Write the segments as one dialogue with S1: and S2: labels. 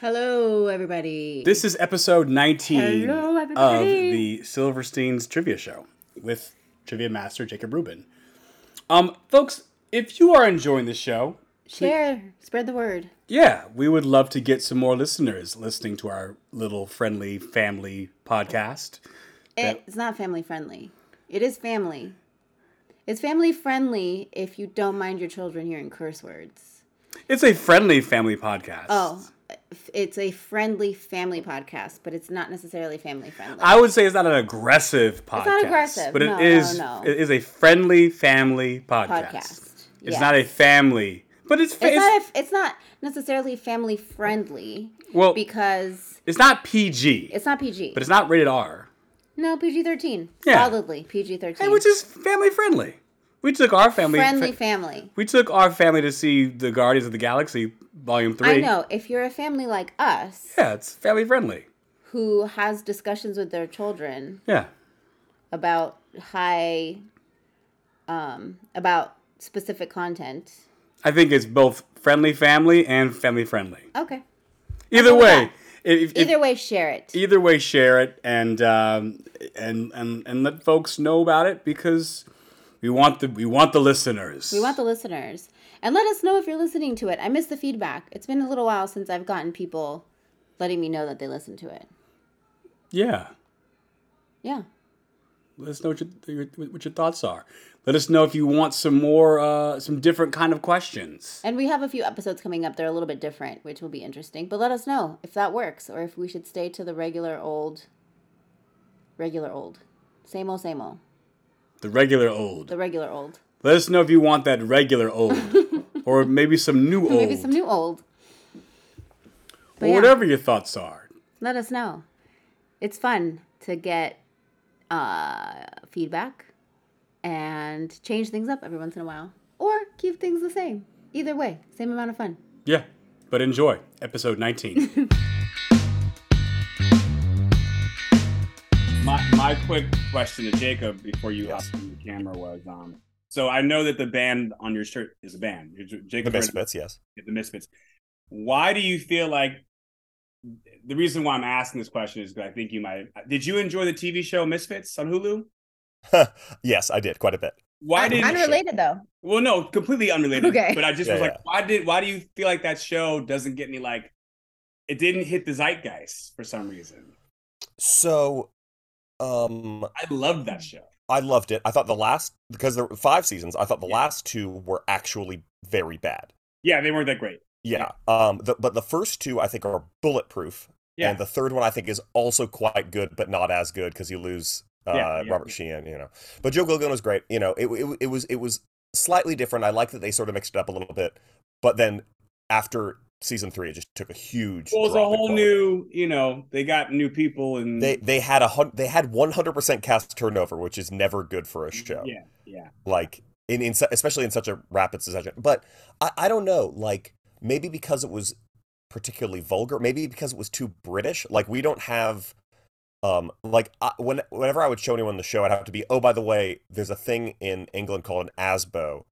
S1: Hello, everybody.
S2: This is episode 19
S1: Hello,
S2: of
S1: everybody.
S2: the Silverstein's Trivia Show with trivia master Jacob Rubin. Um, folks, if you are enjoying the show,
S1: Share, spread the word.
S2: yeah, we would love to get some more listeners listening to our little friendly family podcast.
S1: It's not family friendly. It is family. It's family friendly if you don't mind your children hearing curse words.
S2: It's a friendly family podcast.
S1: Oh, f- it's a friendly family podcast, but it's not necessarily family friendly.
S2: I would say it's not an aggressive podcast.
S1: aggressive.
S2: But it
S1: No,
S2: is-
S1: no, no.
S2: it is a friendly family podcast.
S1: Podcast.
S2: It's
S1: Yeah.
S2: not a family, but it's,
S1: It's
S2: it's
S1: not. If, it's not necessarily family friendly
S2: well,
S1: because
S2: it's not PG,
S1: it's not PG.
S2: but it's not rated R.
S1: no, PG thirteen.
S2: Yeah.
S1: Solidly PG thirteen.
S2: Hey, which is family friendly. We took our family.
S1: friendly
S2: fa-
S1: family.
S2: we took our family to see the Guardians of the Galaxy Volume Three.
S1: I know. If you're a family like us
S2: Yeah, it's family friendly.
S1: who has discussions with their children
S2: Yeah,
S1: about high um about specific content
S2: I think it's both friendly family and family friendly.
S1: okay
S2: Either
S1: with
S2: way,
S1: that.
S2: if, if-
S1: either way share it
S2: either way, share it and um, and and and let folks know about it because we want the we want the listeners.
S1: we want the listeners and let us know if you're listening to it i miss the feedback it's been a little while since i've gotten people letting me know that they listen to it
S2: yeah.
S1: yeah
S2: Let us know what your, your, what your thoughts are. Let us know if you want some more, uh, some different kind of questions.
S1: and we have a few episodes coming up that are a little bit different which will be interesting but let us know if that works or if we should stay to the regular old regular old same old same old
S2: The regular old.
S1: the regular old
S2: Let us know if you want that regular old, or maybe some new old,
S1: maybe some new old But
S2: or
S1: yeah.
S2: whatever your thoughts are.
S1: let us know. It's fun to get uh, feedback and change things up every once in a while or keep things the same. Either way, same amount of fun.
S2: Yeah, but enjoy episode 19. my, my quick question to Jacob before you hop on the camera was um, so I know that the band on your shirt is a band. You're J-
S3: The
S2: Jacob
S3: Misfits, yes.
S2: the Misfits. Why do you feel like the reason why I'm asking this question is because I think you might. Did you enjoy the TV show Misfits on Hulu?
S3: yes, I did quite a bit.
S2: Why did
S1: Unrelated though.
S2: Well, no, completely unrelated.
S1: Okay.
S2: But I just
S3: Yeah,
S2: was like,
S3: yeah.
S2: why did why do you feel like that show doesn't get any like it didn't hit the zeitgeist for some reason?
S3: So, um,
S2: I loved that show.
S3: I loved it. I thought the last because there were five seasons. I thought the
S2: Yeah.
S3: last two were actually very bad.
S2: Yeah, they weren't that great.
S3: Yeah. Um. The, but the first two I think are bulletproof.
S2: Yeah.
S3: And the third one I think is also quite good, but not as good because you lose uh,
S2: Yeah, yeah,
S3: Robert
S2: yeah.
S3: Sheehan. You know. But Joe Gilgun's great. You know. It, it it was it was slightly different. I like that they sort of mixed it up a little bit. But then after season three, it just took a huge.
S2: Well, it's a
S3: drop in
S2: whole
S3: quality.
S2: new, you know, they got new people and
S3: they they had a hun- they had 100% cast turnover which is never good for a show
S2: Yeah, yeah.
S3: like in, in su- especially in such a rapid succession but I, I don't know like maybe because it was particularly vulgar maybe because it was too british like we don't have um like I, when whenever i would show anyone the show i'd have to be oh by the way there's a thing in england called an asbo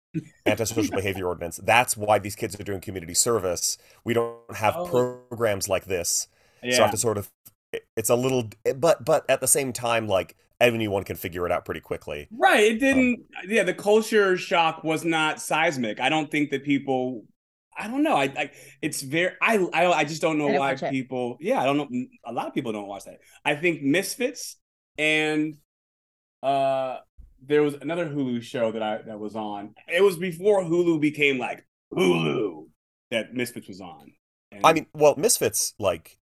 S3: antisocial behavior ordinance that's why these kids are doing community service we don't have
S2: Oh.
S3: programs like this
S2: Yeah.
S3: so I have to sort of. it- It's a little, eh, but but at the same time, like anyone can figure it out pretty quickly.
S2: Right. It didn't. yeah, the culture shock was not seismic. I don't think that people. I don't know. I, I it's very. I, I I just don't
S1: I
S2: know
S1: don't
S2: why
S1: watch it.
S2: people. Yeah, I don't know. A lot of people don't watch that. I think Misfits and uh, there was another Hulu show that I that was on. It was before Hulu became like Hulu that Misfits was on. And-
S3: I mean, well, Misfits like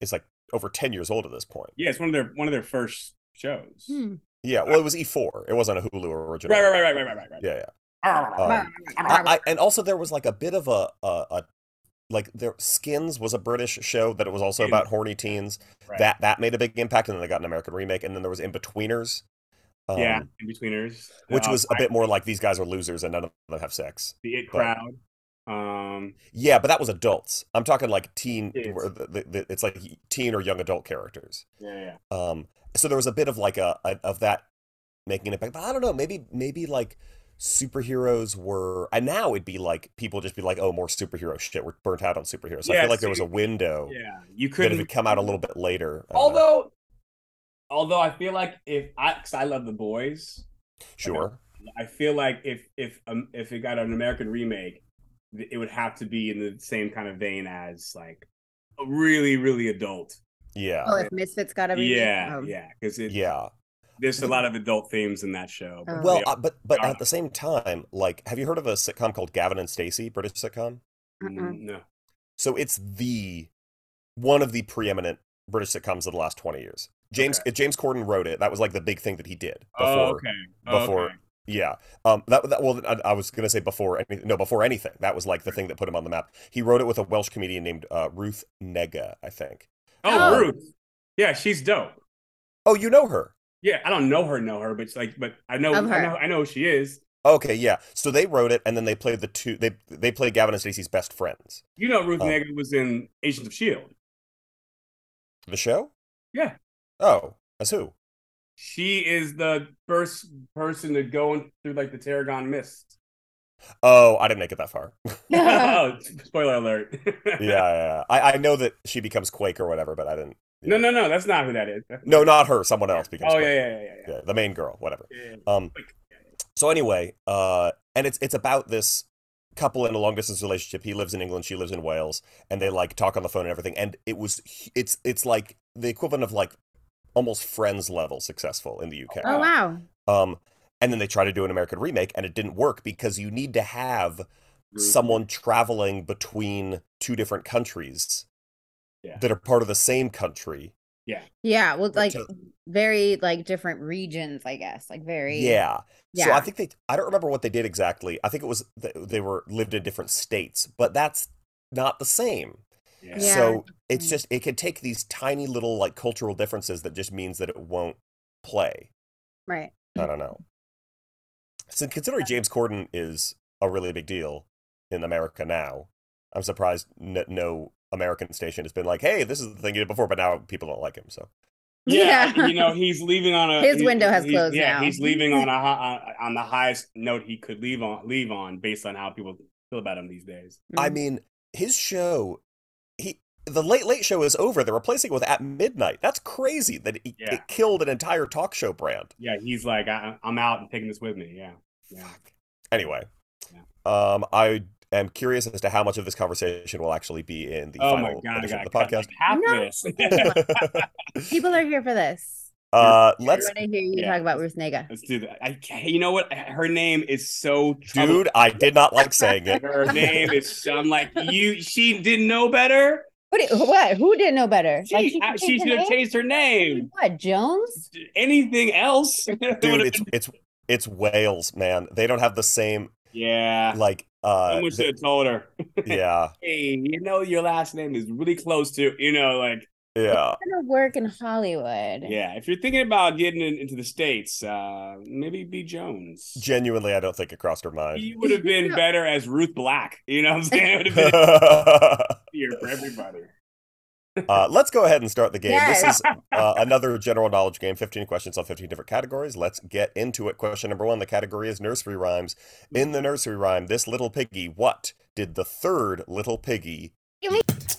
S3: is like over ten years old at this point.
S2: yeah, it's one of their one of their first shows.
S1: Hmm.
S3: Yeah, well, it was E four. It wasn't a Hulu original.
S2: Right, right, right, right, right, right, right.
S3: Yeah, yeah.
S2: Yeah.
S3: Um,
S1: uh,
S3: I, I, and also there was like a bit of a, a a like there Skins was a British show that it was also
S2: Skins.
S3: about horny teens.
S2: Right.
S3: That that made a big impact, and then they got an American remake, and then there was In Betweeners. Um,
S2: yeah, in betweeners,
S3: Which
S2: Uh,
S3: was a bit more like these guys are losers and none of them have sex.
S2: the it
S3: But-
S2: crowd. Um,
S3: Yeah, but that was adults. I'm talking like teen.
S2: Kids.
S3: where the- the- the- It's like teen or young adult characters.
S2: yeah, yeah.
S3: Um, so there was a bit of like a, a of that making an impact. But I don't know. Maybe maybe like superheroes were and now it'd be like people just be like oh more superhero shit we're burnt out on superheroes i
S2: Yeah,
S3: feel like there was
S2: see-
S3: a window
S2: Yeah, you
S3: that
S2: couldn't
S3: had come out a little bit later uh,
S2: Although, although I feel like if I, cause I love the boys,
S3: sure
S2: I feel like if if um, if it got an American remake, th- it would have to be in the same kind of vein as like a really really adult.
S3: yeah
S1: Oh, if Misfits got a remake?
S2: yeah,
S1: Oh.
S2: yeah, because
S3: yeah
S2: there's a lot of adult themes in that show.
S1: Oh.
S3: well
S2: Yeah.
S3: uh, but but
S2: Yeah.
S3: at the same time like have you heard of a sitcom called gavin and stacey british sitcom
S1: Mm-mm.
S2: Mm, no,
S3: So it's the one of the preeminent British sitcoms of the last 20 years. James
S2: Okay.
S3: uh, James Corden wrote it. That was like the big thing that he did before.
S2: oh, okay, Oh,
S3: before-
S2: okay.
S3: Yeah. Um that, that well I, I was going to say before any, no before anything. That was like the thing that put him on the map. He wrote it with a Welsh comedian named uh, Ruth Nega, I think.
S2: Oh,
S1: Oh.
S2: Ruth, yeah, she's dope.
S3: Oh, you know her.
S2: Yeah, I don't know her, know her, but it's like, but I know, I
S1: Of her.
S2: know, I know who she is.
S3: Okay, yeah. So they wrote it and then they played the two they they played Gavin and Stacey's best friends.
S2: You know, Ruth
S3: Oh.
S2: Negga was in Agents of Shield.
S3: The show?
S2: Yeah.
S3: Oh, as who?
S2: She is the first person to go in through like the tarragon mist.
S3: Oh, I didn't make it that far.
S2: oh, spoiler alert.
S3: yeah, yeah, yeah. I, I know that she becomes Quake or whatever, but I didn't
S2: No, no, no. That's not who that is.
S3: No, not her. Someone else becomes.
S2: Oh
S3: Quake.
S2: yeah, yeah, yeah, yeah.
S3: yeah. the main girl, whatever.
S2: yeah. yeah.
S3: Um.
S2: Quake, yeah,
S3: So anyway, uh, and it's it's about this couple in a long distance relationship. He lives in England, she lives in Wales, and they like talk on the phone and everything. And it was hu- it's it's like the equivalent of like almost Friends level successful in the UK.
S1: Oh, wow.
S3: Um. And then they try to do an American remake, and it didn't work because you need to have
S2: Ruth.
S3: someone traveling between two different countries
S2: Yeah.
S3: that are part of the same country.
S1: Yeah. Well, like
S3: to-
S1: very like different regions, I guess. Like very.
S3: Yeah. So
S1: Yeah.
S3: I think they, I don't remember what they did exactly. I think it was th- they were lived in different states, but that's not the same.
S2: Yeah.
S1: Yeah.
S3: So it's
S1: Mm.
S3: just, it can take these tiny little like cultural differences that just means that it won't play.
S1: Right.
S3: I don't know. So considering James Corden is a really big deal in America now, I'm surprised n- no American station has been like, hey, this is the thing you did before, but now people don't like him. So
S2: Yeah,
S1: Yeah.
S2: you know he's leaving on a
S1: His
S2: he-
S1: window has
S2: he-
S1: closed
S2: Yeah,
S1: now.
S2: he's leaving on a hi- on on the highest note he could leave on leave on based on how people feel about him these days.
S3: I
S1: Mm.
S3: mean, his show, he the late late show is over. They're replacing it with at midnight. That's crazy that it,
S2: Yeah.
S3: it killed an entire talk show brand.
S2: Yeah, he's like I, I'm out and taking this with me. Yeah, yeah.
S3: Fuck. Anyway, um, I am curious as to how much of this conversation will actually be in the
S2: oh my
S3: final
S2: god, I
S3: edition
S2: got
S3: of the
S2: cut,
S3: podcast.
S2: like, half
S1: No.
S2: this.
S1: people are here for this.
S3: uh,
S1: I
S3: let's,
S1: want to hear you
S2: yeah.
S1: talk about Ruth Nega.
S2: Let's do that. I can't, you know what? Her name is so troubling.
S3: dude. I did not like saying it.
S2: Her name is. I'm like you. She didn't know better.
S1: What? do you- what? Who didn't know better?
S2: She uh,
S1: Like,
S2: I-
S1: could
S2: she
S1: change her
S2: should have
S1: name?
S2: changed her name.
S1: What? Jones?
S2: Anything else? It would've
S3: Dude, it's
S2: been-
S3: it's it's Wales, man. They don't have the same
S2: yeah.
S3: like. uh
S2: Ah, Someone should
S3: th-
S2: have told her.
S3: Yeah,
S2: Hey, you know your last name is really close to. You know, like
S3: yeah.
S1: Gonna work in Hollywood.
S2: yeah. If you're thinking about getting in, into the states, uh, maybe be Jones.
S3: Genuinely, I don't think it crossed her mind.
S2: you would have been
S1: No.
S2: better as Ruth Black. You know what I'm saying? It would have been easier for everybody.
S3: Uh, let's go ahead and start the game. This
S1: Yes.
S3: is uh, another general knowledge game 15 questions on 15 different categories. Let's get into it. Question number one the category is nursery rhymes. In the nursery rhyme, this little piggy, what did the third little piggy?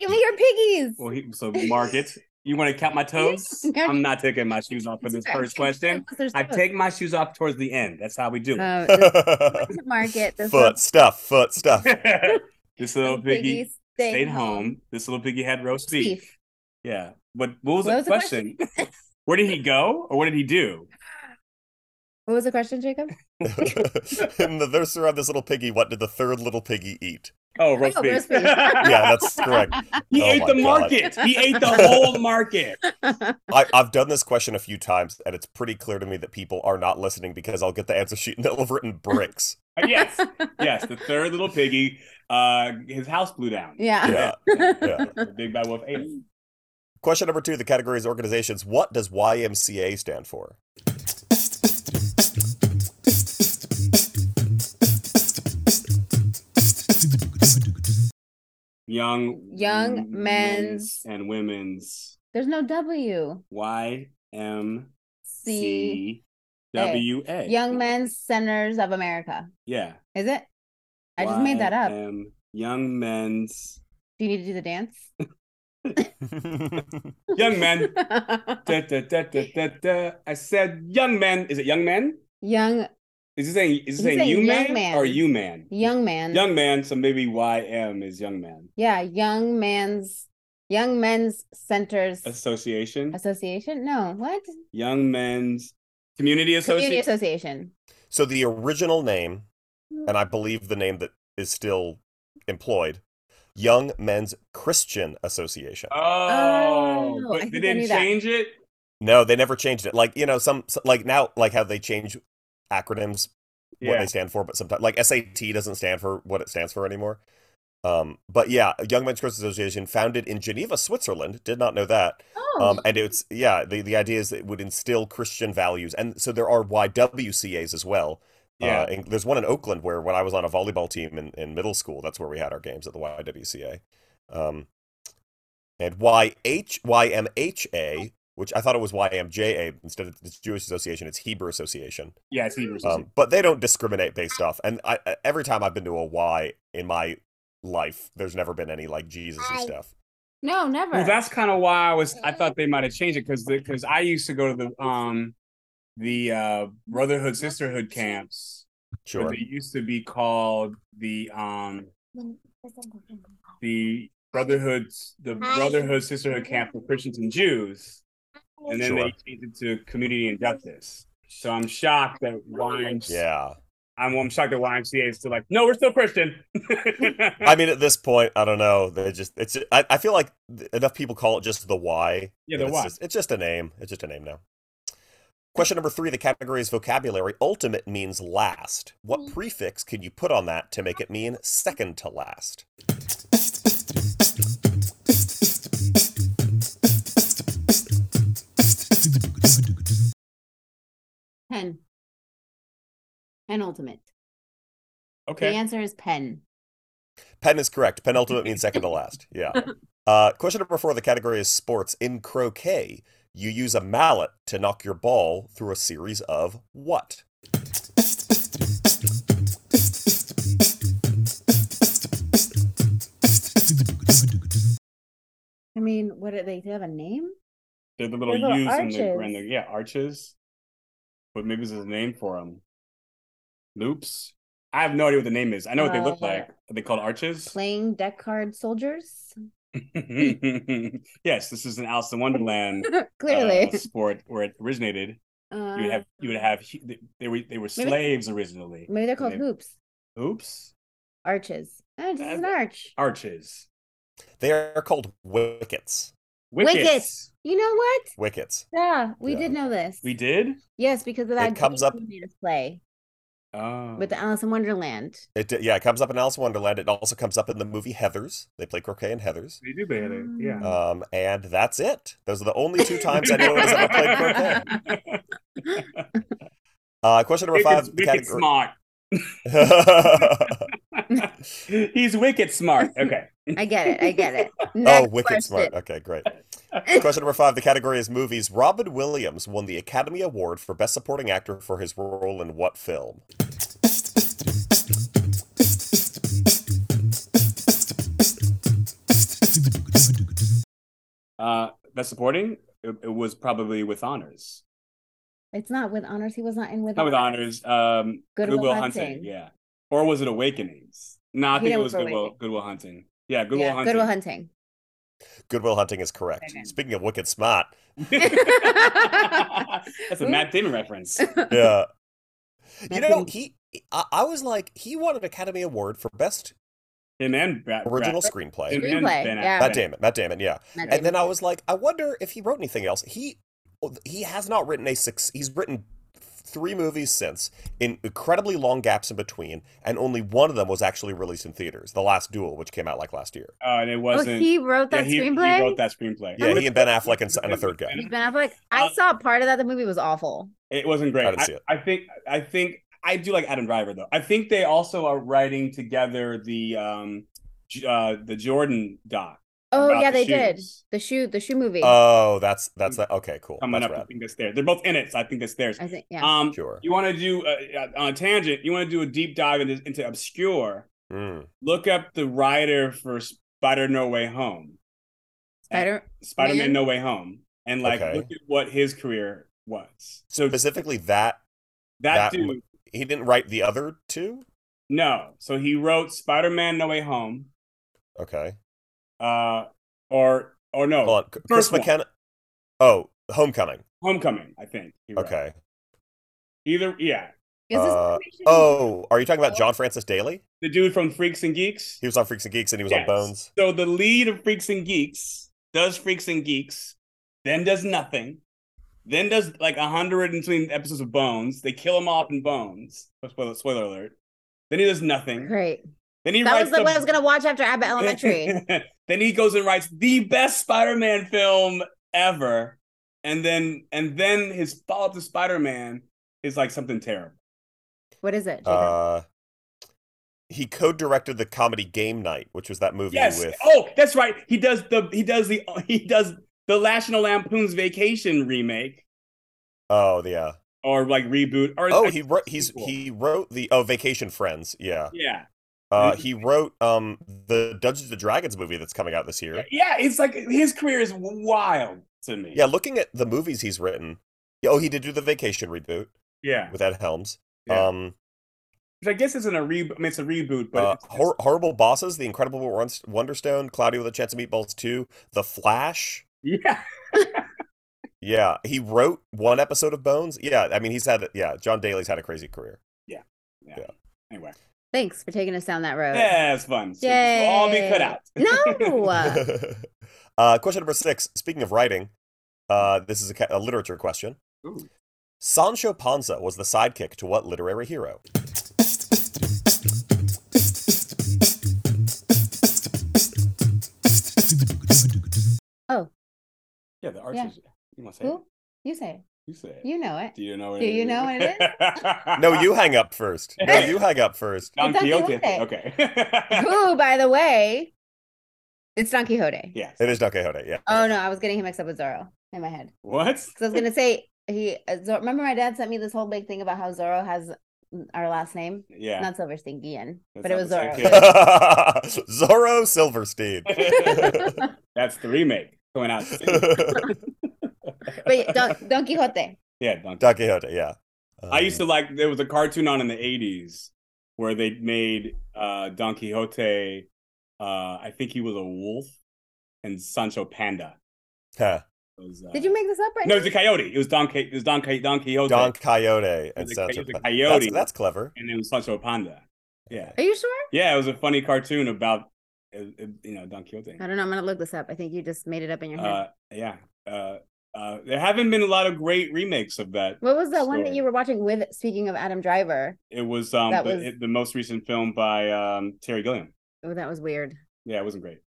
S1: Give me your piggies.
S2: Well, he, so mark it. You want to count my toes?
S1: Yeah.
S2: I'm not taking my shoes off for this first question. I take my shoes off towards the end. That's how we do it.
S1: Uh, this
S3: foot
S1: to market this
S3: stuff, foot stuff.
S2: Uh, this little piggy stayed home. This little piggy had roast beef.
S1: Beef.
S2: Yeah. But what was the question? Where did he go or what did he do?
S1: What was the question, Jacob?
S3: In the nursery rhyme, this little piggy, what did the third little piggy eat?
S2: Oh, roast
S1: Oh,
S2: beef.
S1: roast beef.
S3: Yeah, that's correct.
S2: he
S3: Oh
S2: ate
S3: my
S2: the
S3: God.
S2: market. He ate the whole market.
S3: I, I've done this question a few times, and it's pretty clear to me that people are not listening because I'll get the answer sheet and they'll have written bricks.
S2: Uh, Yes. Yes. The third little piggy, uh, his house blew down.
S1: yeah.
S3: Yeah. Yeah.
S2: The big bad wolf ate it.
S3: Question number two: The category is organizations. What does YMCA stand for?
S2: young
S1: Young men's
S2: and women's
S1: There's no W.
S2: Y M
S1: C.
S2: C W A.
S1: Young Men's Centers of America.
S2: Yeah.
S1: Is it? I just made that up.
S2: YM, Young men's.
S1: Do you need to do the dance?
S2: Young men. Da, da, da, da, da, da. I said young men. Is it young men?
S1: young
S2: Is it saying is it
S1: He's
S2: saying,
S1: saying
S2: you
S1: young
S2: man,
S1: man.
S2: or you man?
S1: young man.
S2: Young man. So maybe Y M is young man
S1: Yeah, young man's young men's centers
S2: association.
S1: association. No, what?
S2: Young men's community
S1: Community
S2: association.
S1: association.
S3: So the original name, and I believe the name that is still employed, Young Men's Christian Association.
S2: Oh,
S1: Oh, I
S2: but
S1: think
S2: they
S1: I
S2: didn't
S1: knew that.
S2: change it.
S3: No, they never changed it. Like you know, some so- like now, like how they change acronyms, what
S2: Yeah.
S3: they stand for, but sometimes like SAT doesn't stand for what it stands for anymore. Um, but yeah, Young Men's Christian Association, founded in Geneva, Switzerland. Did not know that.
S1: Oh,
S3: Um, and it's yeah, the, the idea is that it would instill Christian values, and so there are YWCA's as well.
S2: Yeah.
S3: Uh, and there's one in Oakland where when I was on a volleyball team in, in middle school, that's where we had our games at the YWCA. Um, and YH YMHA, which I thought it was YMJA instead of the Jewish Association, it's Hebrew Association.
S2: Yeah, it's Hebrew association.
S3: Um, but they don't discriminate based off. And I, I- every time I've been to a Y in my life, there's never been any like Jesus and stuff.
S1: no, never.
S2: Well, that's kind of why I was. I thought they might have changed it because because I used to go to the um the uh brotherhood sisterhood camps. but
S3: Sure.
S2: They used to be called the um the brotherhood the brotherhood sisterhood camp for Christians and Jews, and then
S3: Sure.
S2: they changed it to community and justice. So I'm shocked that YMCA.
S3: Yeah.
S2: I'm, I'm shocked that YMCA is still like, no, we're still Christian.
S3: I mean, at this point, I don't know. They just it's. I, I feel like th- enough people call it just the Y.
S2: Yeah,
S3: that
S2: the
S3: it's
S2: Y.
S3: Just, it's just a name. It's just a name now. Question number three: The category is vocabulary. Ultimate means last. What prefix can you put on that to make it mean second to last?
S1: pen. Pen ultimate. The
S2: okay,
S1: answer is pen.
S3: Pen is correct. Penultimate means second to last. Yeah. Uh, question number four: The category is sports. In croquet, you use a mallet to knock your ball through a series of what?
S1: I mean, what are they? Do they have a name?
S2: they're the little
S1: They're little
S2: U's and the,
S1: arches.
S2: and the yeah arches, but maybe there's a name for them. Loops. I have no idea what the name is. I know what they look
S1: Uh,
S2: like. Are they called arches?
S1: Playing deck card soldiers?
S2: yes, this is an Alice in Wonderland uh,
S1: Clearly.
S2: sport where it originated.
S1: Uh,
S2: You would have you would have hu- they were they were slaves originally.
S1: maybe they're called
S2: they-
S1: hoops,
S2: Oops,
S1: arches. Oh, this is an
S2: Uh,
S1: arch.
S2: arches,
S3: They are called wickets.
S2: wickets.
S1: Wickets. You know what?
S3: Wickets.
S1: Yeah, we
S3: Yeah.
S1: did know this.
S2: We did.
S1: Yes, because of that
S3: comes
S1: game
S3: up-
S1: we made us play
S2: Oh,
S1: with the Alice in Wonderland.
S3: It di- yeah, it comes up in Alice in Wonderland. It also comes up in the movie Heather's. They play croquet in Heather's.
S2: they do play it. Yeah.
S3: Um, and that's it. Those are the only two times anyone has ever played croquet. Uh, question number five.
S2: Wicked's-
S3: the
S2: wicked smart.
S3: category-
S2: He's wicked smart. Okay.
S1: I get it. I get it.
S3: oh,
S1: Next
S3: wicked smart.
S1: question.
S3: Okay, great. Question number five. The category is movies. Robin Williams won the Academy Award for Best Supporting Actor for his role in what film?
S2: Uh, that's supporting. It, it was probably with honors.
S1: It's not with honors. He was not in with
S2: Not with honors. Um,
S1: Goodwill
S2: Goodwill, Hunting.
S1: Hunting.
S2: Yeah. Or was it Awakenings? No, I
S1: He
S2: think it
S1: did
S2: was
S1: Goodwill Awakening.
S2: Goodwill. Goodwill Hunting. Yeah. Goodwill
S1: Yeah,
S2: Hunting.
S1: Goodwill Hunting.
S3: Goodwill Hunting is correct.
S1: Okay.
S3: Speaking of wicked smart,
S2: that's a Matt Damon reference.
S3: yeah. You
S1: Matt
S3: know,
S1: Damon.
S3: he. I, I was like, he won an Academy Award for Best
S2: Him and Brad.
S3: Original
S2: Brad,
S3: Screenplay.
S2: him and
S1: Screenplay,
S2: Ben
S1: yeah.
S3: Matt
S2: Affleck.
S3: Damon. Matt Damon. Yeah.
S1: Matt
S3: And then
S1: Damon.
S3: I was like, I wonder if he wrote anything else. He he has not written a six. He's written three movies since, in incredibly long gaps in between, and only one of them was actually released in theaters. The Last Duel, which came out like last year.
S2: Uh, and it
S1: oh,
S2: wasn't.
S1: he wrote
S2: yeah,
S1: that
S2: he, he
S1: screenplay.
S2: wrote that screenplay.
S3: Yeah, he and Ben Affleck and, s- and a third guy.
S1: He's been up like I
S2: Uh,
S1: saw part of that. The movie was awful.
S2: It wasn't great.
S3: I didn't
S2: I,
S3: see it.
S2: I think I think I do like Adam Driver though. I think they also are writing together the um J- uh the Jordan doc
S1: Oh
S2: about
S1: yeah,
S2: the Uh,
S1: they did
S2: shoes.
S1: the shoe the shoe movie.
S3: Oh, that's that's that. Okay, cool.
S2: coming
S3: That's
S2: up. I
S3: rad.
S2: think that's there. They're both in it, so I think that's theirs.
S1: I think yeah.
S2: Um,
S3: Sure.
S2: you want to do uh, uh, on a tangent? You want to do a deep dive into, into obscure?
S3: Mm.
S2: Look up the writer for Spider No Way Home,
S1: Spider
S2: Spider Man
S1: Man?
S2: No Way Home, and like
S3: Okay.
S2: look at what his career was. So that,
S3: Specifically, that that
S2: dude,
S3: he didn't write the other two.
S2: no. So he wrote Spider Man No Way Home,
S3: Okay.
S2: uh, or or no,
S3: Hold on. C- Chris
S2: Oh, first one.
S3: McKenna. Oh, Homecoming.
S2: Homecoming. I think. he wrote.
S3: Okay.
S2: Either yeah,
S1: is this
S3: uh,
S1: animation?
S3: Oh, are you talking about John Francis Daly?
S2: the dude from Freaks and Geeks.
S3: He was on Freaks and Geeks and he was on
S2: Yes.
S3: Bones.
S2: So the lead of Freaks and Geeks does Freaks and Geeks, then does nothing, then does like a hundred and something episodes of Bones. They kill him off in Bones. Spoiler, spoiler alert. Then he does nothing.
S1: great.
S2: Then he
S1: That
S2: writes
S1: was the, what I was gonna watch after Abbott Elementary.
S2: then he goes and writes the best Spider-Man film ever, and then and then his follow-up to Spider-Man is like something terrible.
S1: what is it? Jacob?
S3: Uh, he co-directed the comedy Game Night, which was that movie
S2: Yes.
S3: with.
S2: Oh, that's right. He does the he does the he does the National Lampoon's Vacation remake
S3: Oh yeah.
S2: or like reboot or
S3: Oh, he wrote. He's
S2: sequel.
S3: he wrote the oh Vacation Friends. Yeah.
S2: yeah
S3: Uh,
S2: Mm-hmm.
S3: he wrote um the Dungeons and Dragons movie that's coming out this year.
S2: yeah. It's like his career is wild to me.
S3: Yeah, looking at the movies he's written. Oh, he did do the Vacation reboot
S2: yeah.
S3: with Ed Helms.
S2: Yeah.
S3: Um,
S2: Which I guess isn't a reboot. I mean, it's a reboot, but
S3: uh,
S2: it's-
S3: hor- horrible bosses, The Incredible Won- Wonderstone, Cloudy with a Chance of Meatballs two, The Flash.
S2: yeah.
S3: Yeah, he wrote one episode of Bones. Yeah, I mean he's had yeah. John Daly's had a crazy career.
S2: Anyway,
S1: Thanks for taking us down that road.
S2: yeah, it's fun. So We'll all be cut
S1: Yay.
S2: out.
S1: No.
S3: uh, question number six. Speaking of writing, uh, this is a, ca- a literature question.
S2: Ooh.
S3: Sancho Panza was the sidekick to what literary hero?
S2: Yeah, the archers.
S1: Yeah.
S2: You want to say? It?
S1: Who? You say it.
S2: You say. It.
S1: You know it.
S2: Do you know? What
S1: Do
S2: it
S1: you
S2: is?
S1: know what it
S3: No, you hang up first. No, you hang up first.
S2: Don
S1: Don
S2: Quixote.
S1: Quixote.
S2: Okay.
S1: Who, by the way, it's Don Quixote.
S2: yes.
S3: It is Don Quixote. Yeah.
S1: Oh no, I was getting him mixed up with Zorro in my head.
S2: What?
S1: Because I was gonna say he. uh, Zor- Remember, my dad sent me this whole big thing about how Zorro has our last name,
S2: Yeah.
S1: not Silverstein, Guillen,
S2: That's
S1: but it
S2: not
S1: was
S2: the same
S1: Zorro.
S2: kid.
S3: Zorro Silverstein.
S2: That's the remake going out. soon.
S3: Don
S1: but yeah, Don, Don Quixote.
S2: Yeah, Don
S3: Quixote. Yeah.
S2: I used to
S3: Um,
S2: like there was a cartoon on in the '80s where they made uh, Don Quixote. Uh, I think he was a wolf, and Sancho Panda.
S3: Um, huh.
S2: Was, uh,
S1: Did you make this up right
S2: No, it
S1: now?
S2: was a coyote. It was Don. Qui- It was Don. Qui- Don Quixote.
S3: Don Coyote and
S2: He's a-
S3: Sancho.
S2: he's a
S3: Panza.
S2: coyote.
S3: That's, that's clever.
S2: and it was Sancho Panda. Yeah,
S1: Are you sure?
S2: yeah. It was a funny cartoon about uh, uh, you know Don Quixote.
S1: I don't know. I'm gonna look this up. I think you just made it up in your head.
S2: Uh, yeah. Uh, uh, there haven't been a lot of great remakes of that.
S1: what was that one that
S2: sure.
S1: you were watching with? Speaking of Adam Driver,
S2: It was um
S1: That
S2: the,
S1: was-
S2: it- the most recent film by um Terry Gilliam.
S1: oh, that was weird.
S2: Yeah, it wasn't great.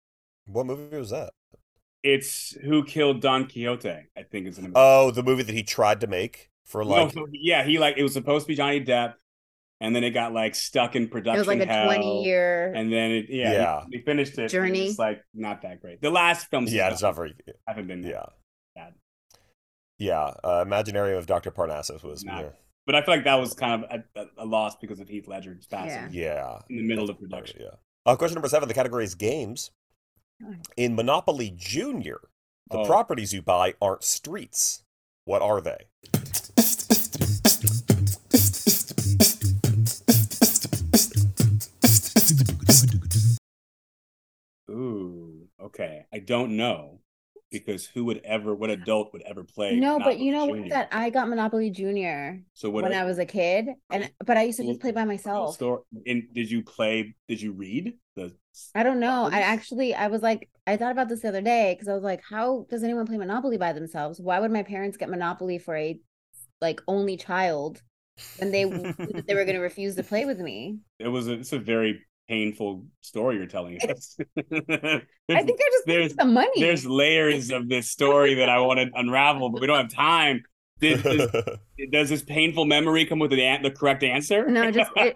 S3: What movie was that?
S2: It's Who Killed Don Quixote, I think is the name. of it.
S3: Oh, the movie that he tried to make for
S2: No,
S3: like
S2: so- yeah, he like it was supposed to be Johnny Depp, and then it got like stuck in production.
S1: It was like a
S2: hell,
S1: 20 year.
S2: And then it, yeah,
S3: Yeah.
S2: He, he finished it. and
S1: Journey.
S2: It's like not that great. The last films,
S3: yeah,
S2: he's
S3: it's
S2: done
S3: not very
S2: haven't been. Yeah,
S3: yeah.
S2: bad.
S3: Yeah, uh, Imaginarium of Dr. Parnassus was
S2: Not-
S3: yeah.
S2: but I feel like that was kind of a, a, a loss because of Heath Ledger's
S1: Yeah.
S2: passing
S3: yeah.
S2: in the middle of production.
S3: Yeah. Uh, question number seven. The category is games.
S1: Oh.
S3: In Monopoly Junior, the
S2: Oh.
S3: properties you buy aren't streets. What are they?
S2: Ooh, okay. I don't know because who would ever, what adult would ever play?
S1: no, but
S2: Monopoly
S1: you know what?
S2: Junior?
S1: that I got Monopoly Junior
S2: so what?
S1: when I was a kid, and but I used to just play by
S2: Oh,
S1: myself.
S2: store- And did you play? Did you read the?
S1: I don't know. I
S2: Monopolies?
S1: actually I was like I thought about this the other day because I was like, how does anyone play Monopoly by themselves? Why would my parents get Monopoly for a like only child when they knew that they were going to refuse to play with me?
S2: It was. A, it's a very painful story you're telling us.
S1: I think I just
S2: there's-
S1: there's the money.
S2: there's layers of this story that I want to unravel, but we don't have time. Did, does, does this painful memory come with the, an- the correct answer?
S1: No, just- it-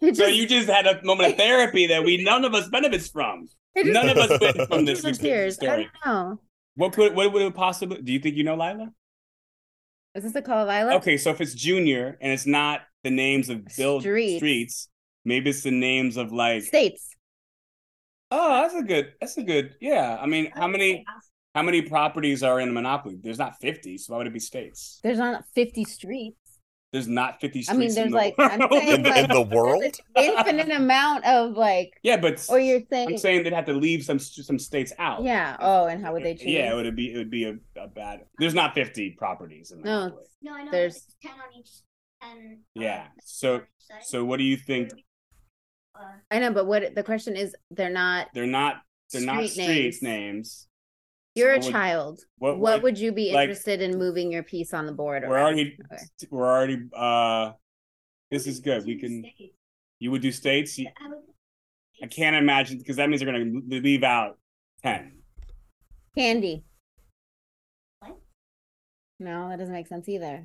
S1: it
S2: so
S1: just-
S2: you just had a moment of therapy that we none of us benefits from.
S1: It just-
S2: None of us win from
S1: it
S2: this
S1: just appears. I
S2: story.
S1: don't know.
S2: What could what would it possibly? Do you think you know Lila?
S1: Is this a call of Isla?
S2: Okay, so if it's Junior and it's not the names of build
S1: Streets.
S2: streets, maybe it's the names of like.
S1: States.
S2: Oh, that's a good. That's a good. Yeah, I mean, how many how many properties are in a monopoly? There's not fifty, so why would it be states?
S1: There's not 50 streets.
S2: There's not fifty
S1: I
S2: streets.
S1: mean,
S2: in
S1: there's
S2: the
S1: like, I'm
S2: world.
S1: saying
S3: in, the- in
S1: like,
S3: the world.
S1: infinite amount of like,
S2: yeah, but
S1: or you're saying,
S2: I'm saying they'd have to leave some some states out.
S1: yeah. Oh, and how would they change?
S2: Yeah, it would be it would be a, a bad. There's not 50 properties in
S1: No.
S2: Monopoly.
S4: No, I know.
S1: There's-
S4: There's ten on each. Ten.
S2: Yeah,
S4: uh,
S2: so-
S4: on each side.
S2: So what do you think?
S4: Uh,
S1: I know, but what the question is, they're not.
S2: They're not they're not streets names.
S1: You're a
S2: What would-
S1: child.
S2: What,
S1: What, would you be
S2: like-
S1: interested in moving your piece on the board?
S2: we're
S1: around?
S2: already
S1: Okay.
S2: we're already uh this
S4: what
S2: is
S4: do
S2: good.
S4: you
S2: We can
S4: think?
S2: you would do states. You-
S4: I would-
S2: I can't imagine because that means they're going to leave out 10.
S1: Candy.
S4: What?
S1: No, that doesn't make sense either.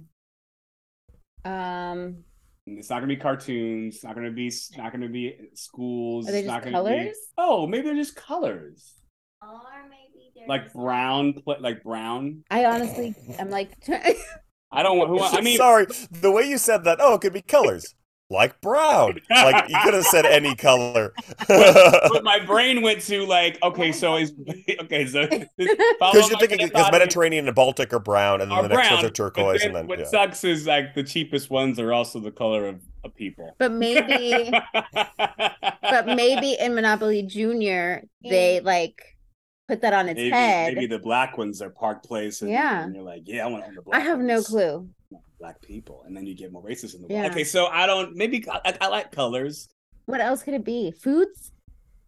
S1: Um,
S2: And It's not going to be cartoons, it's not going to be it's not going to be schools,
S1: are they
S2: it's not
S1: just
S2: going to be
S1: colors?
S2: Oh, maybe they're just colors.
S4: Or maybe there's
S2: Like brown pla- like brown.
S1: I honestly, I'm like,
S2: I don't want who I mean
S3: sorry, the way you said that. Oh, it could be colors like brown. Like you could have said any color.
S2: but my brain went to like, okay, so is okay, so
S1: Oh,
S3: Because you're thinking because Mediterranean and Baltic are brown, and then
S2: are
S3: the next
S2: brown,
S3: ones are turquoise,
S2: but then
S3: and then
S2: what
S3: yeah.
S2: sucks is like the cheapest ones are also the color of, of people.
S1: but maybe, but maybe in Monopoly Junior, they like put that on its
S2: maybe,
S1: head.
S2: maybe the black ones are Park Place. And,
S1: Yeah.
S2: and you're like, yeah, I want to own the
S1: I
S2: black.
S1: have no
S2: ones.
S1: clue.
S2: Black people, and then you get more racist in the world.
S1: Yeah.
S2: Okay, so I don't. Maybe I, I- I like colors.
S1: What else could it be? Foods?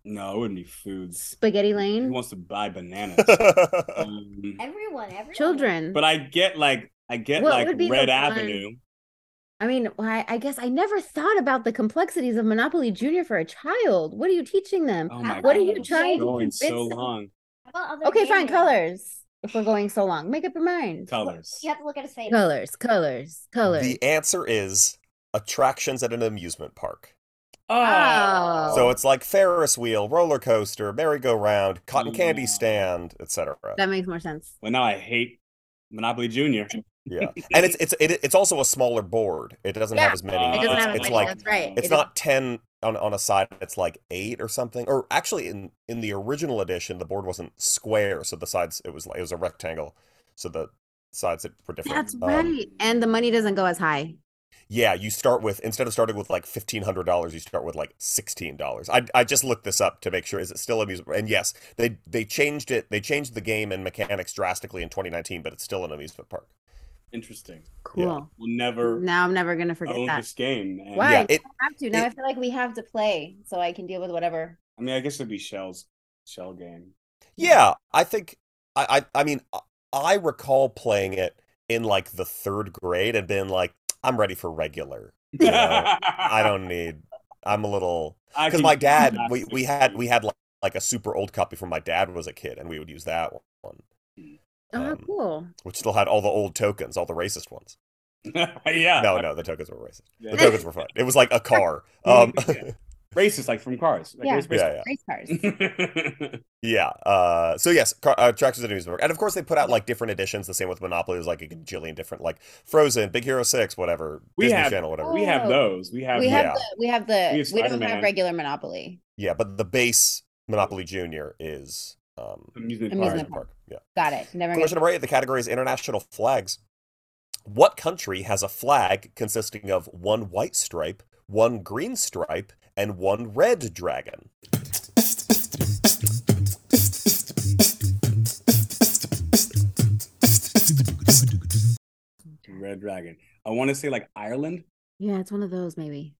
S2: No, it wouldn't be foods.
S1: Spaghetti
S2: Who
S1: Lane?
S2: wants to buy bananas? um,
S4: everyone, everyone.
S1: Children?
S2: but I get like I get
S1: What
S2: like
S1: would be the
S2: Red
S1: one-
S2: Avenue.
S1: I mean, I, I guess I never thought about the complexities of Monopoly Junior for a child. What are you teaching them?
S2: Oh my
S1: What are
S2: God,
S1: you
S2: I'm
S1: trying to
S2: going so
S1: convince them?
S2: long?
S4: How about other
S1: Okay, fine.
S4: names?
S1: Colors. If we're going so long, make up your mind.
S2: Colors.
S4: You have to look at his face.
S1: Colors, colors, colors.
S3: The answer is attractions at an amusement park.
S1: Oh.
S3: So it's like Ferris wheel, roller coaster, merry-go-round, cotton
S2: Yeah.
S3: candy stand, etc.
S1: that makes more sense.
S2: well, now I hate Monopoly Junior.
S3: Yeah, and it's it's it, it's also a smaller board. It doesn't
S1: Yeah.
S3: have as many.
S2: Uh,
S1: It doesn't
S3: it's,
S1: have as
S3: it's
S1: many.
S3: like
S1: That's right.
S3: it's
S1: It-
S3: not ten on on a side. It's like eight or something. Or actually, in in the original edition, the board wasn't square, so the sides it was like- it was a rectangle, so the sides it were different.
S1: That's
S3: Um,
S1: right. And the money doesn't go as high.
S3: Yeah, you start with instead of starting with like fifteen hundred dollars, you start with like sixteen dollars. I I just looked this up to make sure is it still amusement? And yes, they they changed it. They changed the game and mechanics drastically in 2019, but it's still an amusement park.
S2: Interesting.
S1: Cool.
S2: We'll never
S1: Now I'm never gonna forget
S2: own
S1: that.
S2: this game. And
S1: Why?
S3: Yeah, Oh, it
S1: I have to. Now I feel like we have to play so I can deal with whatever.
S2: I mean, I guess it'd be Shell's Shell game.
S3: yeah. I think I I, I mean I, I recall playing it in like the third grade and being like I'm ready for regular. You know? I don't need. I'm a little because my dad we, we had we had like, like a super old copy from my dad was a kid and we would use that one.
S1: Oh, how
S3: Um,
S1: cool.
S3: which still had all the old tokens, all the racist ones.
S2: yeah.
S3: No, no, the tokens were racist. The
S2: Yeah.
S3: tokens were fun. It was like a car. Um,
S2: Racist, like from Cars. Like,
S1: Yeah.
S2: there's
S3: yeah, yeah,
S1: Race cars.
S2: racist-
S3: yeah. Uh, so yes, car, uh, attractions at amusement park, and of course they put out like different editions. The same with Monopoly, there's like a gajillion different, like Frozen, Big Hero Six, whatever,
S2: We
S3: Disney
S2: have-
S3: Channel, whatever.
S2: we have
S1: Oh.
S2: those. We have.
S1: We have
S3: yeah.
S1: the we have the
S2: We
S1: we,
S2: have
S1: don't
S2: Spider-Man.
S1: have regular Monopoly.
S3: Yeah, but the base Monopoly Junior is um,
S2: Amusement,
S1: Amusement
S2: amusement
S3: amusement
S2: park.
S3: park. Yeah.
S1: Got it. Never mind.
S3: Question number eight. The category is international flags. What country has a flag consisting of one white stripe, one green stripe, and one red dragon?
S2: Red Dragon. I want to say like Ireland.
S1: Yeah, it's one of those maybe.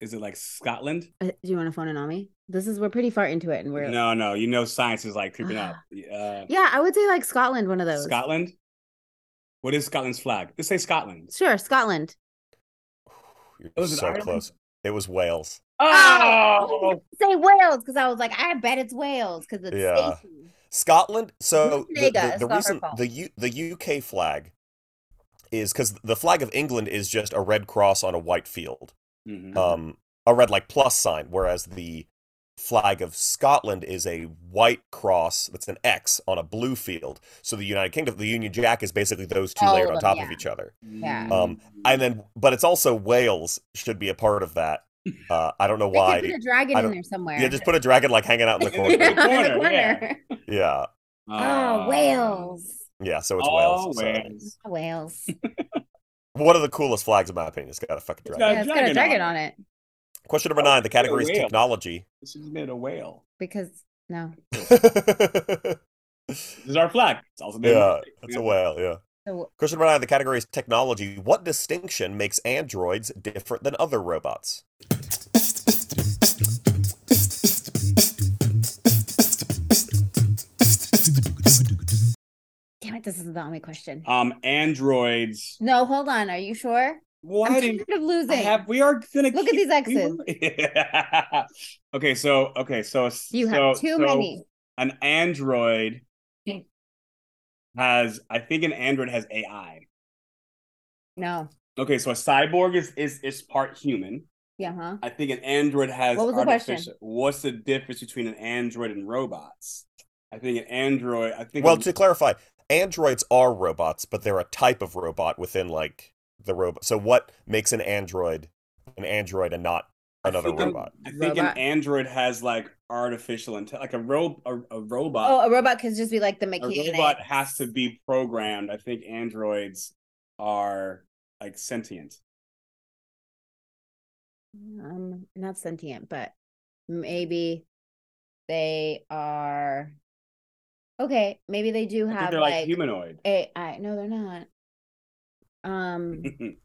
S2: Is it like Scotland?
S1: Uh, do you want to phone in on me? This is we're pretty far into it, and we're
S2: No, no. You know, science is like creeping up. Uh,
S1: yeah. I would say like Scotland, one of those.
S2: Scotland. What is Scotland's flag? Let's say Scotland.
S1: Sure, Scotland.
S3: You're
S2: Oh, is it
S3: so
S2: Ireland?
S3: close. It was Wales.
S1: Oh! Say Wales because I was like, I bet it's Wales because it's
S3: Yeah.
S1: safe.
S3: Scotland. So the,
S1: Nega,
S3: the,
S1: it's not
S3: the
S1: her
S3: reason
S1: fault.
S3: the U, the UK flag is because the flag of England is just a red cross on a white field,
S1: Mm-hmm.
S2: Mhm.
S3: um, a red like plus sign, whereas the flag of Scotland is a white cross that's an X on a blue field. So the United Kingdom, the Union Jack is basically those two
S1: Oh,
S3: layered on top of
S1: yeah.
S3: each other.
S1: Yeah.
S3: Um,
S2: Uh,
S3: And then, but it's also Wales should be a part of that. Uh, I don't know
S1: They could
S3: why.
S1: put a dragon
S3: I
S1: in
S3: don't-
S1: there somewhere.
S3: Yeah, just put a dragon like hanging out in the
S2: In
S3: corner.
S2: the
S1: In the
S2: corner, yeah. Ah.
S1: corner.
S3: Yeah,
S4: Oh, Wales.
S3: yeah. So it's
S2: Oh,
S3: Wales. so-
S2: Wales.
S1: Oh, Wales.
S3: One of the coolest flags, in my opinion, it's got a fucking
S2: It's
S3: dragon.
S2: got-
S1: Yeah, it's got a dragon on it
S3: Question number nine. The category is
S2: whale.
S3: technology.
S2: This is made a whale.
S1: because no,
S2: This is our flag. It's also made
S3: yeah,
S2: of
S3: it's a whale. Yeah.
S1: so
S3: Question number nine. The category is technology. What distinction makes androids different than other robots?
S1: damn it, this is the only question.
S2: Um, androids.
S1: no, hold on. Are you sure? I'm
S2: Why did
S1: tired of
S2: I
S1: losing.
S2: have? We are gonna
S1: Look at
S2: keep-
S1: these
S2: we
S1: X's.
S2: were- okay, so okay, so
S1: You
S2: so-
S1: have too
S2: so
S1: many.
S2: An android has, I think, an android has AI.
S1: No.
S2: Okay, so a cyborg is is is part human.
S1: Yeah, huh?
S2: I think an android has
S1: What was the question?
S2: artificial- What's the difference between an android and robots? I think an android. I think
S3: Well,
S2: a-
S3: to clarify, androids are robots, but they're a type of robot within like the robot. So what makes an android an android and not another
S2: think I'm-
S3: robot?
S2: I think
S1: Robot.
S2: an android has like artificial intelligence, like a robe, a, a
S1: Oh,
S2: robot.
S1: a robot could just be like the
S2: a
S1: mechanic.
S2: robot has to be programmed. I think androids are like sentient.
S1: Um, not sentient, but maybe they are. Okay, maybe they do
S2: I think
S1: have
S2: they're like,
S1: like,
S2: humanoid.
S1: AI. No, they're not.
S2: Mm-hmm.
S1: Um,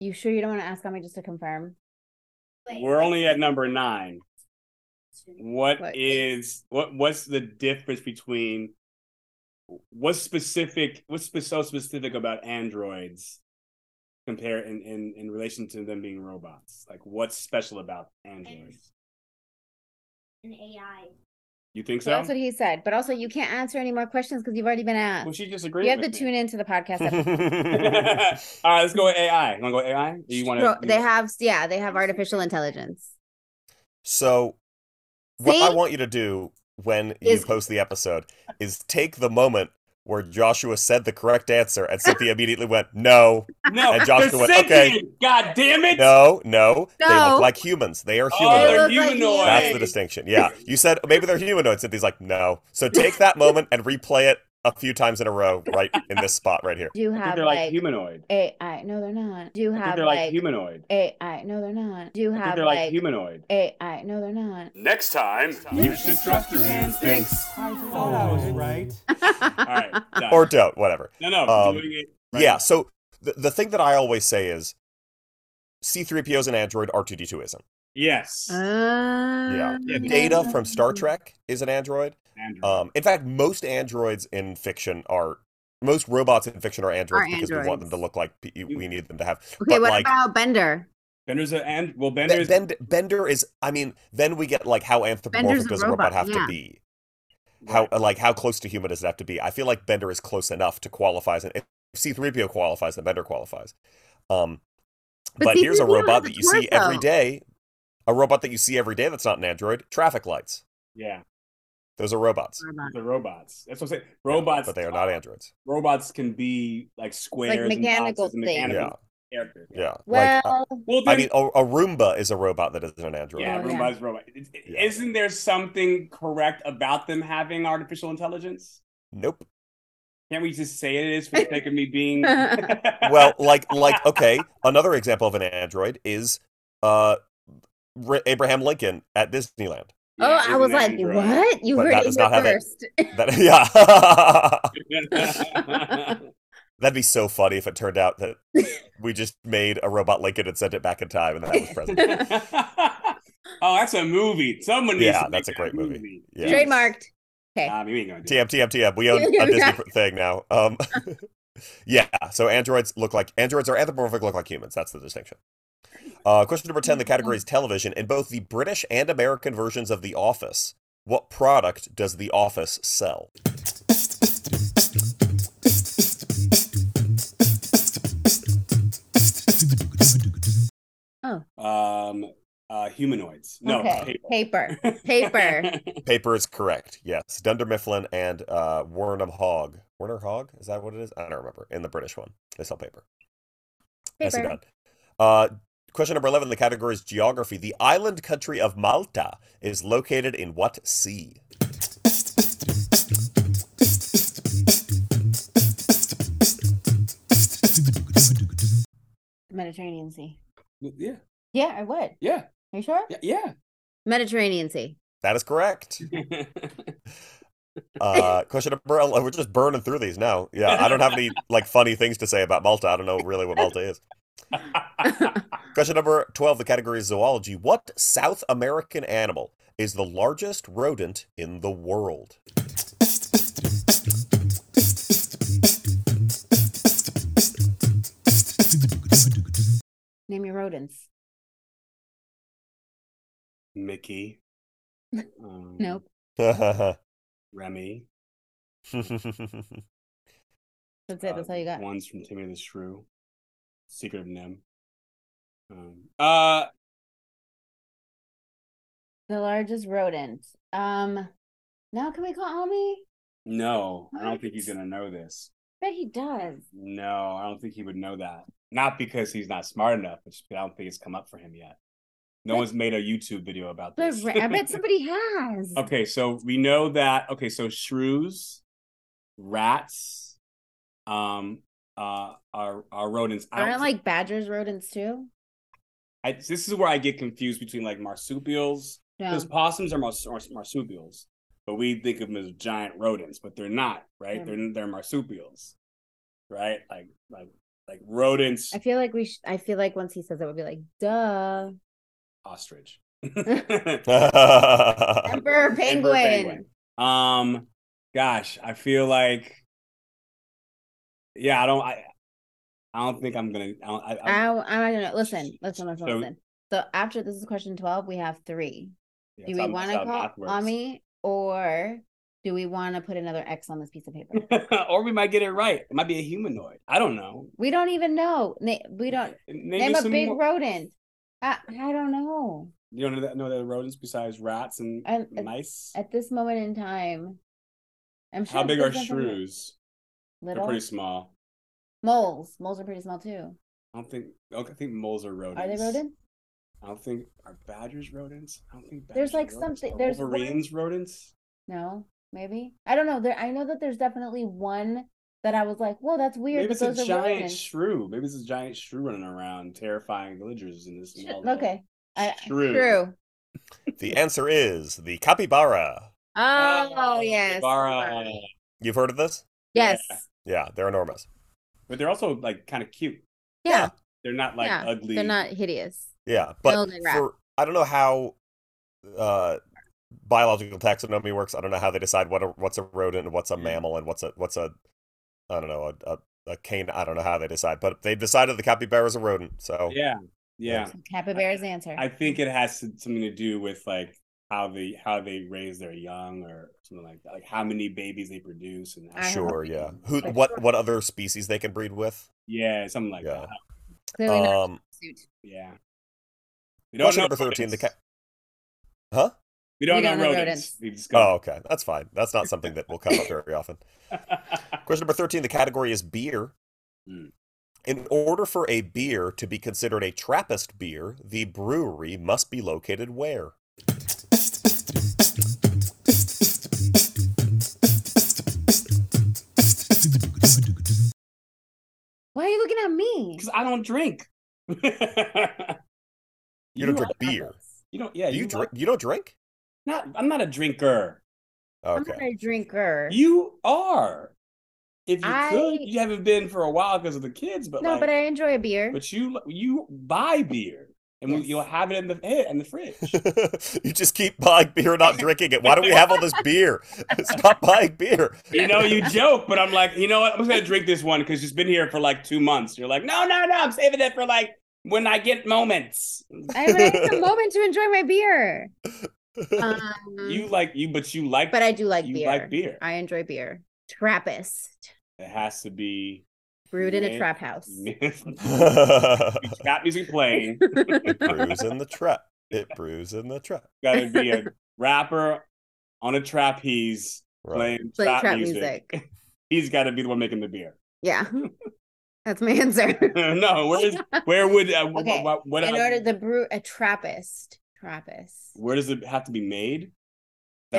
S1: you sure you don't want to ask on me just to confirm?
S4: Wait,
S2: We're
S4: wait.
S2: only at number nine.
S1: What
S2: what is what? What's the difference between what's specific? What's spe- so specific about androids compare in in in relation to them being robots? Like, what's special about androids?
S4: An AI.
S2: You think
S1: So
S2: so?
S1: that's what he said. But also, you can't answer any more questions because you've already been asked.
S2: Well, she disagreed.
S1: you have to
S2: with
S1: tune into the podcast. episode.
S2: me. All right, let's go with AI. You want to go with AI? Do you want
S1: Ro-
S2: to?
S1: they have, yeah, they have artificial intelligence.
S3: so what I
S1: See?
S3: want you to do when you
S1: Is-
S3: post the episode is take the moment where Joshua said the correct answer and Cynthia immediately went, No,
S2: no.
S3: And Joshua went,
S2: they're
S3: okay.
S2: sentient! God damn it!
S3: no, no. They
S1: No.
S3: look like humans. They are
S2: Oh,
S3: humanoid.
S2: they're
S1: They look like
S2: humanoid.
S3: That's the distinction. Yeah. You said maybe they're humanoid. Cynthia's like, no. So take that moment and replay it a few times in a row right in this spot right here.
S1: Do you
S2: I think
S1: have
S2: they're
S1: like,
S2: like, humanoid.
S1: AI? No, they're not. Do you
S2: I think
S1: have
S2: they're
S1: like,
S2: like, humanoid.
S1: AI? No, they're not. Do you
S2: I think
S1: have
S2: they're
S1: like,
S2: like humanoid.
S1: AI? No, they're not.
S5: Next time,
S2: You should trust your instincts. I thought I was right. All right. done.
S3: Or don't, whatever.
S2: no, no.
S3: um,
S2: doing it right.
S3: Yeah. So the, the thing that I always say is C3PO is an android, R2D2 isn't.
S2: Yes.
S1: yeah.
S2: Yeah,
S3: Uh, Data from Star Trek is an android.
S2: Android.
S1: Mm-hmm.
S3: Um, in fact, most androids in fiction are. Most robots in fiction are androids
S1: Are
S3: because we want them
S1: androids.
S3: to look like pe- we need them to have.
S1: Okay,
S3: but
S1: what
S3: like,
S1: about Bender?
S2: Bender's a and well
S3: Be-
S2: Bender's
S3: Bend- Bender is. I mean, then we get like how anthropomorphic
S1: a
S3: does a
S1: robot,
S3: robot, have
S1: yeah.
S3: to be? How like how close to human does it have to be? I feel like Bender is close enough to qualify as an. If C-3PO qualifies, then Bender qualifies. Um,
S1: But
S3: but, here's a
S1: C-3PO
S3: robot
S1: has a
S3: that you see every
S1: torso.
S3: day. A robot that you see every day that's not an android. Traffic lights.
S2: yeah,
S3: Those are robots,
S1: Robot.
S2: the robots. That's what I'm saying. Robots,
S3: but they are not androids.
S2: robots can be like squares, and
S1: mechanical
S2: boxes and
S1: things.
S2: mechanical
S3: Yeah,
S2: characters.
S3: yeah.
S1: Well,
S3: like,
S2: Well,
S3: I
S2: then,
S3: mean, a, a Roomba is a robot that isn't an android.
S2: yeah,
S1: Oh, yeah.
S2: robots, robot. It- it-
S3: Yeah.
S2: Isn't there something correct about them having artificial intelligence?
S3: Nope.
S2: Can't we just say it is for the sake of me being
S3: well, like like okay, another example of an android is uh Ra- Abraham Lincoln at Disneyland.
S2: Yeah,
S1: oh,
S2: it's
S1: I was
S2: an
S1: like,
S2: android.
S1: what? You
S3: But
S1: heard
S3: that
S1: it
S3: does
S1: here
S3: not have it.
S1: first.
S3: That yeah. That'd be so funny if it turned out that we just made a robot Lincoln and sent it back in time and that was present.
S2: oh, that's a movie. Someone needs
S3: Yeah,
S2: to make
S3: that's a
S2: that
S3: great movie. Yeah.
S1: Trademarked.
S2: Um, you ain't gonna do it.
S3: TM TM TM. We own a Disney thing now. Um Yeah, so androids look like androids are anthropomorphic look like humans. That's the distinction. Uh, question number 10 the category is television. In both the British and American versions of The Office, what product does The Office sell?
S1: Oh,
S2: Um, uh, humanoids. No,
S1: okay.
S2: paper.
S1: Paper. Paper.
S3: Paper is correct. Yes, Dunder Mifflin and uh, Werner Hogg. Werner Hogg is that what it is? I don't remember. In the British one, they sell paper. Nicely
S1: Paper.
S3: done. Uh, question number eleven. The category is geography. The island country of Malta is located in what sea?
S1: Mediterranean Sea.
S2: yeah,
S1: Yeah, I would.
S2: yeah,
S1: Are you sure?
S2: yeah, yeah.
S1: Mediterranean Sea.
S3: That is correct. Uh, question number eleven. We're just burning through these now. Yeah, I don't have any like funny things to say about Malta. I don't know really what Malta is. Question number 12, the category is zoology. What South American animal is the largest rodent in the world?
S1: Name your rodents.
S2: Mickey. Um,
S1: Nope.
S2: Remy.
S3: That's
S1: That's it. That's
S2: uh,
S1: all you got.
S2: One's from Timmy the Shrew. Secret of Nim. Um, uh,
S1: The largest rodent. Um, now can we call Almy?
S2: no, I don't think he's gonna know this.
S1: Bet he does.
S2: No, I don't think he would know that. Not because he's not smart enough, but just- I don't think it's come up for him yet. No
S1: But-
S2: one's made a YouTube video about
S1: But
S2: this.
S1: ra- I bet somebody has.
S2: Okay, so we know that. Okay, so shrews, rats, um, uh, are are rodents. I
S1: Aren't
S2: don't-
S1: like badgers rodents too?
S2: I, this is where I get confused between like marsupials
S1: No.
S2: because possums are, mars, are marsupials, but we think of them as giant rodents, but they're not, right?
S1: They're-
S2: They're they're marsupials, right? Like like like rodents,
S1: I feel like we. Sh- I feel like once he says it, we'll be like, "Duh."
S2: ostrich,
S1: Emperor
S2: Emperor
S1: penguin.
S2: Um, gosh, I feel like, yeah, I don't, I, I don't think I'm gonna. I, don't- I,
S1: I,
S2: I,
S1: I don't know. Listen, listen, listen,
S2: So-
S1: listen. So after this is question twelve, we have three.
S2: yeah,
S1: Do
S2: that's
S1: we
S2: how-
S1: want
S2: that's
S1: to
S2: how math
S1: call
S2: works.
S1: Ami or do we want to put another X on this piece of paper?
S2: or we might get it right. It might be a humanoid. I don't know.
S1: we don't even know. Na- we don't
S2: Name, me
S1: name a
S2: some
S1: big
S2: more-
S1: rodent. I, I don't know.
S2: You don't know that, know that rodents besides rats and
S1: And- and-
S2: mice.
S1: At this moment in time, I'm sure.
S2: How big are
S1: there's something
S2: shrews? They're
S1: Little
S2: pretty small.
S1: moles. Moles are pretty small too.
S2: I don't think. Okay, I think moles are rodents.
S1: Are they rodents?
S2: I don't think are badgers rodents. I don't think
S1: There's,
S2: badgers are
S1: like,
S2: rodents.
S1: something-
S2: Are
S1: there's one-
S2: Wolverines rodents.
S1: No, maybe. I don't know. There, I know that there's definitely one that I was like, "Whoa, that's weird."
S2: Maybe
S1: But
S2: it's a
S1: those are
S2: giant
S1: rodents.
S2: shrew. Maybe it's a giant shrew running around terrifying villagers in this.
S1: Sh-
S2: small little-
S1: okay, I,
S2: Shrew.
S1: True.
S3: the answer is the capybara.
S1: Oh,
S2: Oh,
S1: yes.
S2: capybara. uh,
S3: You've heard of this?
S1: Yes.
S3: Yeah, they're enormous.
S2: But they're also like kind of cute.
S1: Yeah.
S3: Yeah.
S2: They're not like
S1: Yeah,
S2: ugly.
S1: They're not hideous.
S3: Yeah, but
S1: Golden rat.
S3: for, I don't know how uh, biological taxonomy works. I don't know how they decide what a, what's a rodent and what's a
S2: Mm.
S3: mammal and what's a what's a I don't know a, a, a cane. I don't know how they decide, but they decided the capybara is a rodent. So
S2: Yeah, yeah.
S1: So Capybara's answer.
S2: I think it has to, something to do with like how they how they raise their young or something like that. Like how many babies they produce and
S1: I
S2: how,
S1: have-
S3: sure, yeah. Who
S1: Like-
S3: what what other species they can breed with?
S2: yeah, something like
S3: Yeah.
S2: that.
S1: Clearly not
S3: Um,
S1: suit.
S2: Yeah. We don't
S3: question
S2: know
S3: number thirteen. The
S2: rodents.
S3: ca- huh?
S2: we don't
S1: We
S2: know
S1: don't know
S2: rodents.
S1: rodents.
S2: We've just
S3: Oh,
S2: got-
S3: okay, that's fine. That's not something that will come up very often. Question number 13, the category is beer.
S2: Hmm.
S3: In order for a beer to be considered a Trappist beer, the brewery must be located where?
S1: Why are you looking at me?
S2: Because I don't drink. you,
S3: You don't drink
S2: like-
S3: beer.
S2: You don't. Yeah,
S3: Do you
S2: like-
S3: drink? You don't drink?
S2: Not. I'm not a drinker.
S1: I'm not
S3: Okay.
S1: a drinker.
S2: You are. If you
S1: I-
S2: could, you haven't been for a while because of the kids, but
S1: no,
S2: like,
S1: but I enjoy a beer.
S2: but you you buy beer and we-
S1: Yes.
S2: you'll have it in the eh, in the fridge.
S3: you just keep buying beer, and not drinking it. Why do we have all this beer? Stop buying beer.
S2: you know, you joke, but I'm like, you know what? I'm just gonna drink this one because it's been here for like two months. You're like, no, no, no, I'm saving it for like when I get moments.
S1: I haven't had a moment to enjoy my beer. Um,
S2: You like you, but you like,
S1: but I do like
S2: you
S1: beer.
S2: like beer.
S1: I enjoy beer. Trappist.
S2: it has to be.
S1: Brewed in a
S2: Man.
S1: trap house.
S2: trap music playing.
S3: Brews in the trap. It brews in the trap.
S2: Gotta be a rapper on a trapeze
S3: Right.
S2: playing
S6: Play
S2: trap,
S6: trap
S2: music.
S6: music.
S2: He's got to be the one making the beer.
S6: Yeah. That's my answer.
S2: no, where is where would uh, wh-
S1: Okay,
S2: wh- what,
S1: in order to brew a Trappist. Trappist.
S2: where does it have to be made? Is that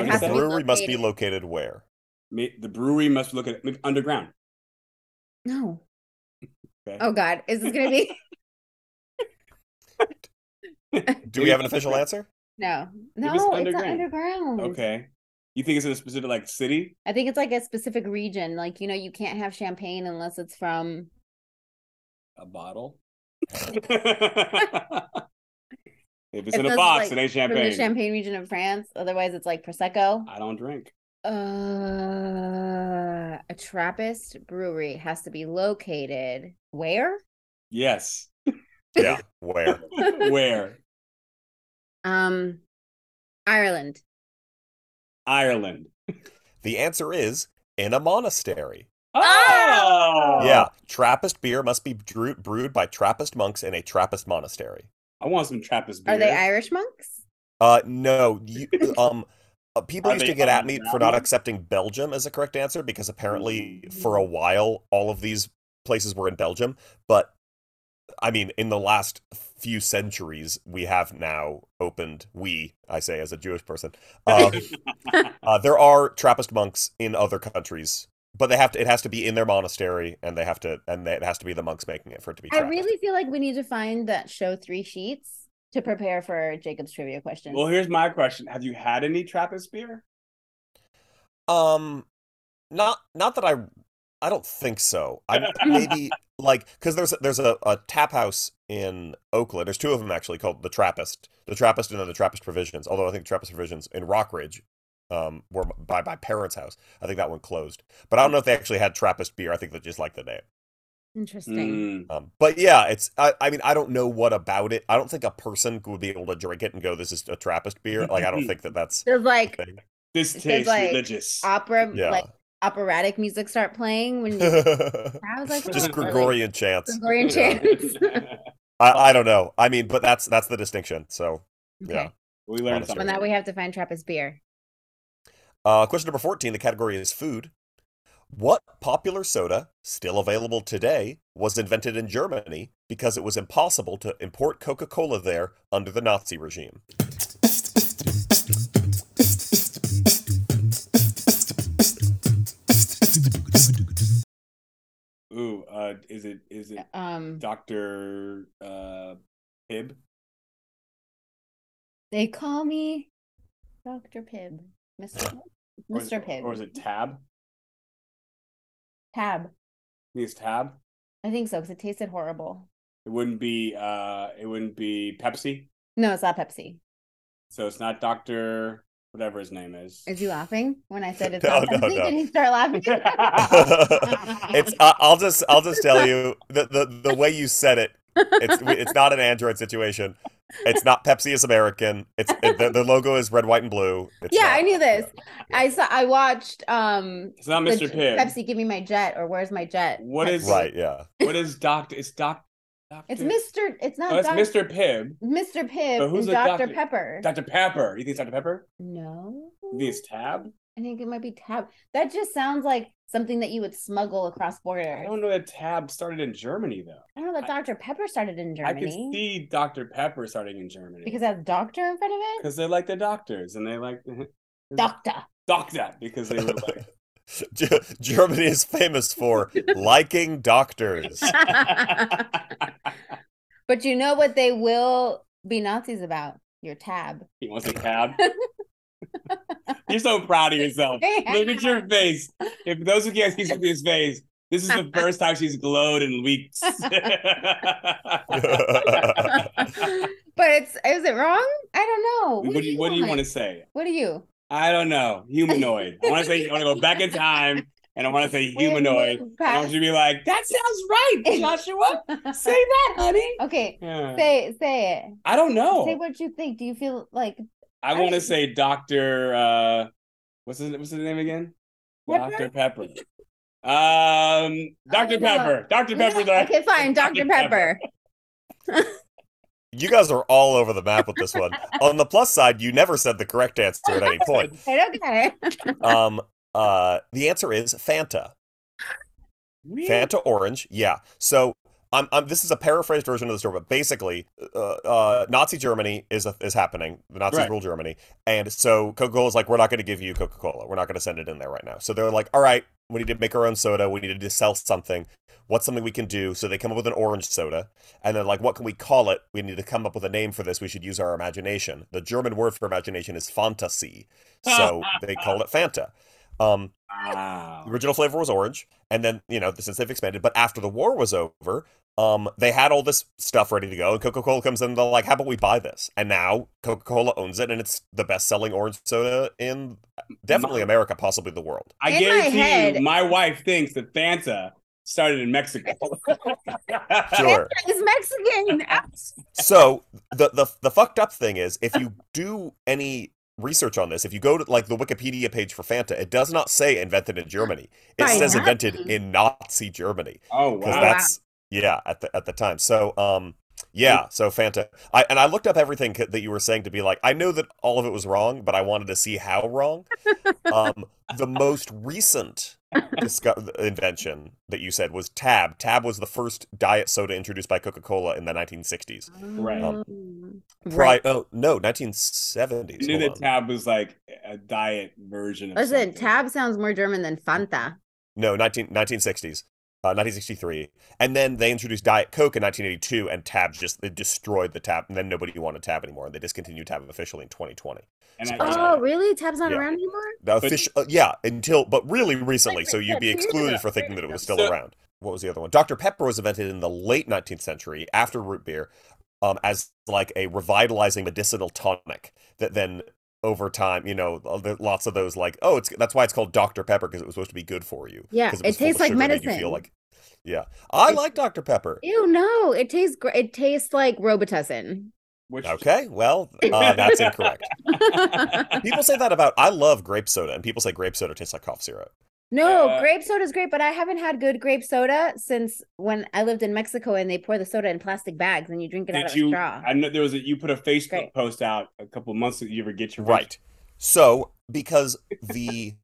S1: It
S2: what you
S1: has
S3: the
S1: to
S2: said?
S1: be
S3: brewery must be
S1: located.
S3: located where?
S2: Ma- the brewery must look at maybe underground.
S1: No.
S2: Okay.
S1: Oh God, is this gonna be
S3: Do we have an official answer?
S1: no? No,
S2: was
S1: it's not
S2: underground.
S1: underground.
S2: Okay, you think it's in a specific like city?
S1: I think it's like a specific region. Like you know, you can't have champagne unless it's from.
S2: A bottle. if it's in a
S1: those,
S2: box,
S1: like,
S2: it ain't
S1: From the
S2: champagne.
S1: Champagne region of France. Otherwise, it's like prosecco.
S2: I don't drink.
S1: Uh, a Trappist brewery has to be located where?
S2: Yes.
S3: Yeah. Where?
S2: Where?
S1: Um, Ireland.
S2: Ireland.
S3: The answer is in a monastery.
S2: Oh!
S3: Yeah. Uh, Trappist beer must be drew- brewed by Trappist monks in a Trappist monastery.
S2: I want some Trappist beer.
S1: Are they Irish monks?
S3: Uh, no, you, um, uh, people
S2: Are
S3: used
S2: they
S3: to get at me for not
S2: underground?
S3: accepting Belgium as a correct answer because apparently for a while all of these places were in Belgium, but I mean, in the last few centuries, we have now opened. We, I say, as a Jewish person, um, uh, there are Trappist monks in other countries, but they have to. It has to be in their monastery, and they have to, and they, it has to be the monks making it for it to be.
S1: I
S3: Trappist.
S1: really feel like we need to find that show three sheets to prepare for Jacob's trivia question.
S2: Well, here's my question: Have you had any Trappist beer?
S3: Um, not not that I I don't think so. I maybe like because there's a- there's a, a tap house in Oakland. There's two of them actually called the Trappist, the Trappist, and then the Trappist Provisions. Although I think Trappist Provisions in Rockridge, um, were by my parents' house. I think that one closed. But I don't know if they actually had Trappist beer. I think they just liked the name.
S1: Interesting.
S2: Mm.
S3: Um, but yeah, it's I, I mean I don't know what about it. I don't think a person would be able to drink it and go, "This is a Trappist beer." Like I don't think that that's
S1: Does
S3: a
S1: like
S3: thing.
S2: This
S1: It says,
S2: tastes
S1: like,
S2: religious.
S1: opera,
S3: Yeah.
S1: like operatic music start playing when you, I was like,
S3: just
S1: oh, really?
S3: Gregorian chants.
S1: Gregorian
S2: Yeah.
S1: chants.
S3: I, I don't know. I mean, but that's that's the distinction. So yeah.
S1: Okay.
S2: we learned
S3: Honestly.
S1: Well,
S2: something.
S1: now we have to find Trappist beer.
S3: Uh, question number fourteen. The category is food. What popular soda, still available today, was invented in Germany because it was impossible to import Coca-Cola there under the Nazi regime?
S2: Ooh, uh, is it is it
S1: Um,
S2: Doctor uh, Pibb?
S1: they call me Doctor Pibb, Mister
S2: Or is-
S1: Mister Pibb.
S2: or is it Tab?
S1: Tab?
S2: I think it's Tab.
S1: I think so because it tasted horrible.
S2: It wouldn't be uh, it wouldn't be Pepsi.
S1: No, it's not Pepsi.
S2: So it's not Doctor whatever his name is.
S1: Is he laughing when I said it's
S3: No,
S1: not
S3: no,
S1: Pepsi?
S3: no.
S1: Did he start laughing?
S3: it's
S2: uh,
S3: I- I'll just I'll just tell you the, the the way you said it. It's it's not an Android situation. It's not Pepsi is American. It's it, the, the logo is red, white, and blue. It's
S1: yeah,
S3: not-
S1: I knew this.
S3: yeah.
S1: I saw. I watched. Um,
S2: it's not
S1: the
S2: Oh, Mister
S1: J-
S2: Pibb.
S1: Pepsi, give me my jet, or where's my jet?
S2: What
S1: Pepsi.
S2: is-
S3: Right. Yeah.
S2: What is Doctor? It's Doc. Doctor.
S1: It's Mister. It's not
S2: Oh, it's
S1: Doc-
S2: Mister Pibb.
S1: Mr. Pibb
S2: But who's
S1: and
S2: a
S1: Dr.
S2: doctor?
S1: Pepper.
S2: Doctor Pepper. You think it's Doctor Pepper?
S1: no.
S2: You think it's Tab?
S1: I think it might be tab. That just sounds like something that you would smuggle across borders.
S2: I don't know that Tab started in Germany though.
S1: know that Dr. Pepper started in
S2: I could
S1: Germany
S2: see Dr. Pepper starting in Germany.
S1: because it has doctor in front of it.
S2: because they like the doctors and they like
S1: Doctor.
S2: doctor because they were like
S3: Ge- Germany is famous for liking doctors.
S1: But you know what they will be Nazis about? Your tab.
S2: he wants a cab. You're so proud of yourself. Look at your face. If those who can't see Cynthia's face, this is the first time she's glowed in weeks.
S1: but it's is it wrong? I don't know.
S2: what do you what do you want
S1: want?
S2: to say?
S1: What do you?
S2: I don't know. Humanoid. I want to say I want to go back in time and I want to say
S1: We have
S2: humanoid.
S1: moved
S2: And I want you to be like, that sounds right, Joshua.
S1: past-
S2: Say that, honey.
S1: okay.
S2: Yeah.
S1: Say say it.
S2: I don't
S1: Say
S2: know.
S1: what you think. Do you feel like
S2: I
S1: I
S2: want to
S1: don't-
S2: say Doctor. Uh, what's his What's his name again?
S1: Pepper?
S2: Doctor Pepper. Um,
S1: no.
S2: Doctor Pepper. Doctor Pepper.
S1: Okay, fine, Dr. Pepper.
S3: You guys are all over the map with this one. On the plus side, you never said the correct answer at any point.
S1: okay.
S3: Um, uh, the answer is Fanta.
S2: Really?
S3: Fanta orange. Yeah. So I'm, I'm this is a paraphrased version of the story, but basically, uh, uh, Nazi Germany is a, is happening. The Nazis
S2: Right.
S3: rule Germany, and so Coca Cola is like, we're not going to give you Coca Cola. We're not going to send it in there right now. So they're like, all right, we need to make our own soda. We need to sell something. What's something we can do? So they come up with an orange soda, and then like, what can we call it? We need to come up with a name for this. We should use our imagination. The German word for imagination is fantasy, so they called it Fanta. Um,
S2: Wow.
S3: the original flavor was orange, and then you know since they've expanded. But after the war was over, um, they had all this stuff ready to go, and Coca Cola comes in. and They're like, "How about we buy this?" And now Coca Cola owns it, and it's the best selling orange soda in definitely America, possibly the world.
S2: I
S1: In my
S2: guarantee
S1: head-
S2: you, my wife thinks that Fanta started in Mexico.
S3: Sure.
S1: It's Mexican.
S3: so the the the fucked up thing is, if you do any research on this, if you go to like the Wikipedia page for Fanta, it does not say invented in Germany. It
S1: By
S3: says invented
S1: Nazi.
S3: in Nazi Germany.
S2: Oh
S3: because
S2: wow.
S3: that's yeah at the at the time. So um yeah, so Fanta. I and I looked up everything c- that you were saying to be like I know that all of it was wrong, but I wanted to see how wrong. Um the most recent disco- invention that you said was Tab. Tab was the first diet soda introduced by Coca-Cola in the 1960s.
S2: Right.
S1: Mm.
S3: Right. Oh, no, 1970s.
S2: I knew
S3: Hold
S2: that
S3: on.
S2: Tab was like a diet version of
S1: Listen,
S2: something.
S1: Tab sounds more German than Fanta.
S3: No, 19, 1960s. Uh, 1963, and then they introduced Diet Coke in 1982, and Tab just they destroyed the Tab, and then nobody wanted Tab anymore, and they discontinued Tab officially in 2020.
S2: And I-
S4: Oh, really? Tab's not
S3: Yeah.
S4: around anymore?
S3: The
S2: But-
S3: official, uh, yeah, until but really recently, so you'd be
S4: Yeah,
S3: excluded
S4: yeah,
S3: for thinking that it was still
S2: So-
S3: around. What was the other one? Dr Pepper was invented in the late 19th century after root beer, um, as like a revitalizing medicinal tonic that then. Over time, you know, uh, there- lots of those like, oh, it's that's why it's called Dr Pepper because it was supposed to be good for you.
S1: Yeah,
S3: 'Cause
S1: it
S3: was full
S1: tastes
S3: of
S1: like
S3: sugar that You
S1: medicine.
S3: feel like, yeah, I
S1: It-
S3: like Dr Pepper.
S1: Ew, no. It tastes great. It tastes like Robitussin.
S2: which,
S3: Okay, well, uh, that's incorrect.
S2: I
S3: People say that about. I love grape soda, and people say grape soda tastes like cough syrup.
S1: No,
S2: Uh,
S1: grape soda is great, but I haven't had good grape soda since when I lived in Mexico and they pour the soda in plastic bags and you drink it out
S2: Did
S1: of
S2: you-
S1: a straw.
S2: know there was a you put a Facebook
S1: Great.
S2: post out a couple of months that you ever get your
S3: Right. So, because the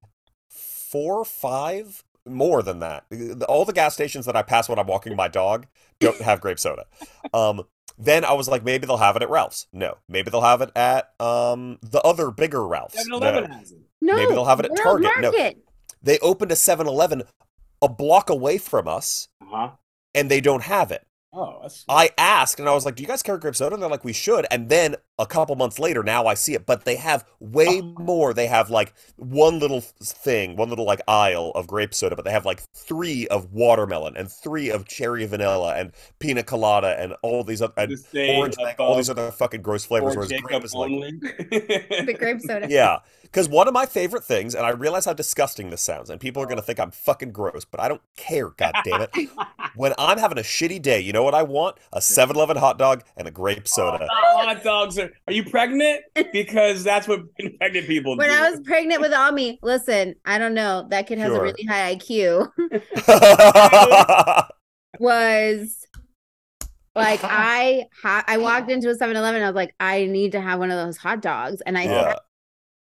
S3: four, five, more than that, the- all the gas stations that I pass when I'm walking my dog don't have grape soda. Um, then I was like, maybe they'll have it at Ralph's. No, maybe they'll have it at um the other bigger Ralph's.
S2: 7
S3: No.
S2: Eleven has it.
S1: no,
S3: maybe they'll have it at
S1: World
S3: Target. No.
S1: Market.
S3: They opened a 7-Eleven a block away from us,
S2: Uh-huh.
S3: and they don't have it.
S2: Oh, that's
S3: I asked and I was like, Do you guys carry grape soda? And they're like, We should. And then a couple months later, now I see it, but they have way more. They have like one little thing, one little like aisle of grape soda, but they have like three of watermelon and three of cherry vanilla and pina colada and all these other and
S2: the same
S3: orange mango, all these
S2: above
S3: other fucking gross flavors.
S2: for
S3: Whereas grape
S2: Jacob
S3: is like,
S2: only.
S1: The grape soda.
S3: yeah. Because one of my favorite things, and I realize how disgusting this sounds, and people are going to think I'm fucking gross, but I don't care, God damn it. when I'm having a shitty day, you know what I want? A 7 Eleven hot dog and a grape soda.
S2: hot dogs are. Are you pregnant? Because that's what pregnant people
S1: When
S2: do.
S1: I was pregnant with Ami, listen, I don't know. That kid has
S3: Sure.
S1: a really high IQ. Was like I ha- I walked into a 7-Eleven. I was like, I need to have one of those hot dogs, and I
S3: yeah,
S1: sat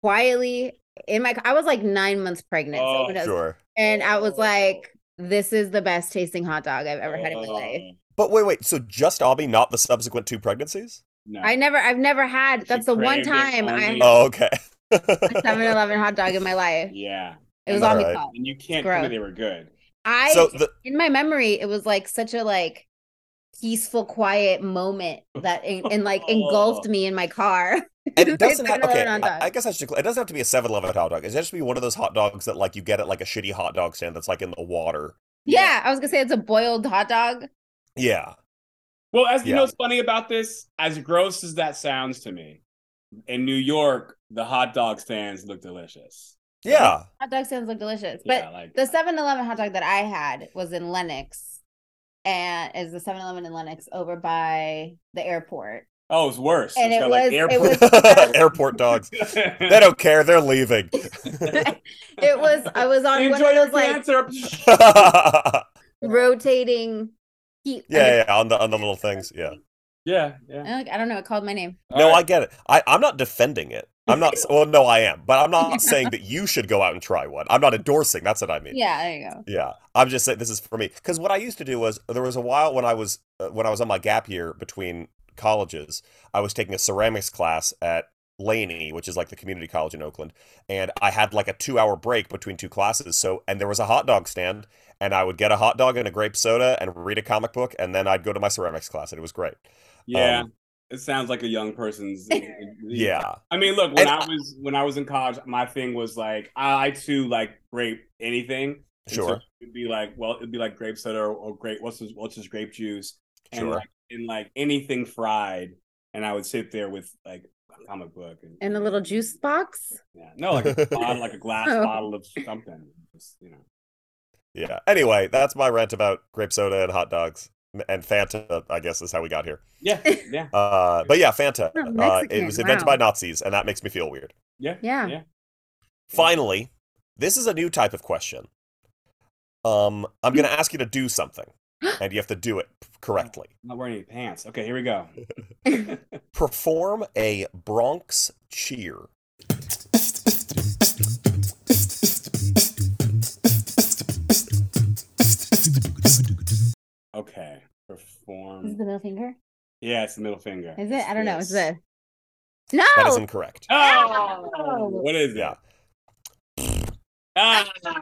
S1: quietly in my. I was like nine months pregnant, so
S2: Oh,
S1: who knows?
S3: sure.
S1: and I was like, "This is the best tasting hot dog I've ever had in my
S2: Oh,
S1: life."
S3: But wait, wait. So just Abby, not the subsequent two pregnancies?
S2: No.
S1: I never, I've never had.
S2: She
S1: That's the one
S2: craved it
S1: time I
S2: only-
S1: had
S3: Oh, okay.
S1: a 7-Eleven hot dog in my life.
S2: Yeah,
S1: It was
S3: All
S1: all
S3: right.
S1: my fault.
S2: and you can't
S1: Gross.
S2: tell me they were good.
S1: I
S3: so the,
S1: in my memory, it was like such a like peaceful, quiet moment that in, and like engulfed me in my car.
S3: and it doesn't have,
S1: 7-Eleven
S3: okay,
S1: hot
S3: I, I
S1: dog.
S3: guess I should, cl- it doesn't have to be a 7-Eleven hot dog. It has to be one of those hot dogs that like you get at like a shitty hot dog stand that's like in the water.
S1: yeah, I was gonna say it's a boiled hot dog.
S3: Yeah.
S2: Well, as you
S3: Yeah.
S2: know, what's funny about this, as gross as that sounds to me, in New York, the hot dog stands look delicious.
S3: Yeah.
S1: Hot dog sounds look delicious, but
S2: yeah, like
S1: the 7-Eleven hot dog that I had was in Lenox, and is the 7-Eleven in Lenox over by the airport.
S2: oh, it's worse.
S1: and
S2: It's
S1: it
S2: got, like,
S1: was- it
S2: airport-
S3: Airport dogs. They don't care. They're leaving. uh,
S1: It was I was on one
S2: Enjoy
S1: of
S2: your
S1: those like
S2: cancer.
S3: yeah,
S1: rotating heat.
S3: yeah, on the on the little things. Yeah.
S2: Yeah, yeah.
S5: And, like, I don't know. It called my name.
S3: no, I um, get it. I, I'm not defending it. I'm not. well, no, I am, but I'm not saying that you should go out and try one. I'm not endorsing. That's what I mean.
S5: Yeah, there you go.
S3: Yeah, I'm just saying this is for me because what I used to do was there was a while when I was uh, when I was on my gap year between colleges, I was taking a ceramics class at Laney, which is like the community college in Oakland, and I had like a two hour break between two classes. So and there was a hot dog stand, and I would get a hot dog and a grape soda and read a comic book, and then I'd go to my ceramics class, and it was great.
S2: yeah.
S3: um,
S2: it sounds like a young person's.
S3: Yeah,
S2: I mean, look, when
S3: And
S2: I,
S3: I-
S2: was when I was in college, my thing was like I too like grape anything. And so
S3: sure,
S2: it'd be like well, it'd be like grape soda or, or grape what's his, what's his grape juice and
S3: sure.
S2: like and like anything fried, and I would sit there with like a comic book and
S5: And a little juice box.
S2: yeah, no like a bottle, like a glass
S5: Oh.
S2: bottle of something, just, you know.
S3: Yeah. Anyway, that's my rant about grape soda and hot dogs and Fanta. I guess is how we got here.
S2: Yeah, yeah,
S3: Uh, but yeah, Fanta.
S5: Oh,
S3: uh, it
S5: Mexican,
S3: was invented
S5: wow.
S3: by Nazis, and that makes me feel weird.
S2: yeah,
S5: Yeah.
S2: yeah.
S3: Finally, this is a new type of question. Um, I'm going to ask you to do something, and you have to do it correctly.
S2: I'm not wearing any pants. Okay, here we go.
S3: Perform a Bronx cheer.
S2: Okay,
S5: This is
S2: perform.
S5: the middle finger.
S2: Yeah, it's the middle finger.
S5: Is it? I don't know. It's
S2: this.
S5: the. No.
S3: That is incorrect.
S2: Oh,
S5: No!
S2: what is
S3: Yeah.
S2: it? Ah, it's um,
S3: For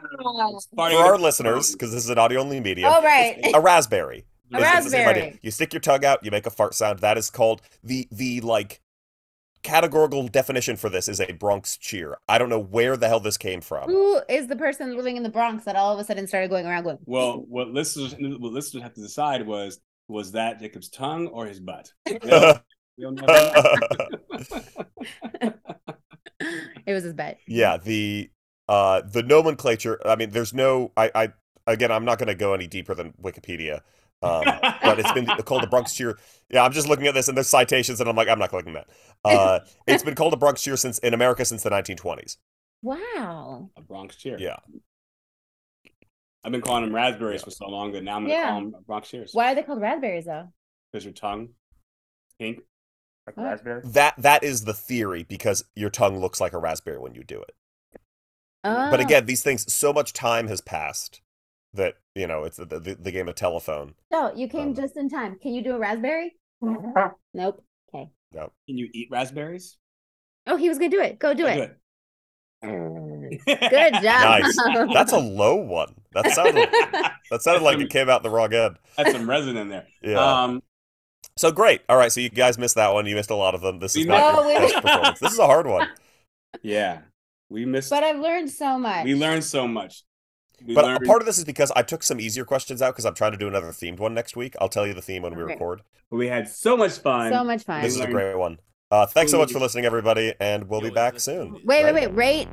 S2: starting with
S3: our
S2: a-
S3: listeners, because this is an audio only medium,
S5: oh right.
S3: a raspberry.
S5: A
S3: It's- it's the same idea.
S5: raspberry.
S3: You stick your tongue out, you make a fart sound. That is called the the like categorical definition for this is a Bronx cheer. I don't know where the hell this came from.
S5: Who is the person living in the Bronx that all of a sudden started going around going?
S2: Well, what listeners what listeners have to decide was was that Jacob's tongue or his butt? We'll never know.
S5: It was his bet.
S3: yeah, the uh the nomenclature, I mean there's no I I again I'm not going to go any deeper than Wikipedia. Um but it's been called the Bronx cheer. Yeah, I'm just looking at this and there's citations and I'm like I'm not clicking that. Uh it's been called a Bronx cheer since in America since the 1920s.
S5: Wow.
S2: a Bronx cheer.
S3: Yeah.
S2: I've been calling them raspberries
S3: Yeah.
S2: for so long that now I'm gonna
S5: Yeah.
S2: call them Bronx cheers.
S5: Why are they called raspberries though?
S2: Because your tongue pink like a
S5: What?
S2: raspberry.
S3: That that is the theory because your tongue looks like a raspberry when you do it.
S5: Oh.
S3: but again, these things, so much time has passed that you know it's the, the, the game of telephone.
S5: so you came
S3: um,
S5: just in time. Can you do a raspberry? nope.
S2: Can you eat raspberries?
S5: Oh, he was gonna do it. Go do
S2: Oh,
S5: it.
S2: Good.
S5: Good job.
S3: Nice. That's a low one. That sounded that sounded like it came out the wrong end.
S2: That's some resin in there.
S3: Yeah.
S2: Um,
S3: so great. All right. So you guys missed that one. You missed a lot of them. This
S2: We
S3: is not
S5: missed- No,
S3: your
S5: we-
S3: best performance. This is a hard one.
S2: yeah, we missed.
S5: but uh, I've learned so much.
S2: we learned so much. We
S3: But
S2: learned,
S3: a part of this is because I took some easier questions out because I'm trying to do another themed one next week. I'll tell you the theme when we
S5: Okay.
S3: record.
S2: we had so much fun.
S5: so much fun.
S3: This is a
S2: learned-
S3: great one. Uh, thanks so much for
S2: Please.
S3: listening, everybody, and we'll be
S7: Yo,
S3: back
S7: let's-
S3: soon.
S5: Wait, wait,
S3: Right?
S5: wait. Rate,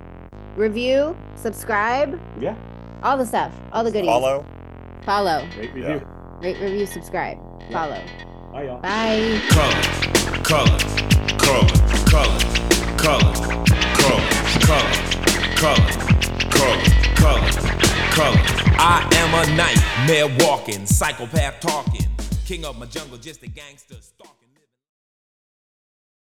S5: review, subscribe,
S2: Yeah.
S5: all the stuff, all the goodies.
S3: Follow.
S5: Follow.
S2: Great
S3: Yeah.
S2: review.
S5: Rate, review, subscribe, follow.
S2: Bye, y'all.
S5: Bye.
S7: Color, color, color, color, color, color, color, color, color, color, color. I am a nightmare walking, psychopath talking, king of my jungle, just a gangster stalking.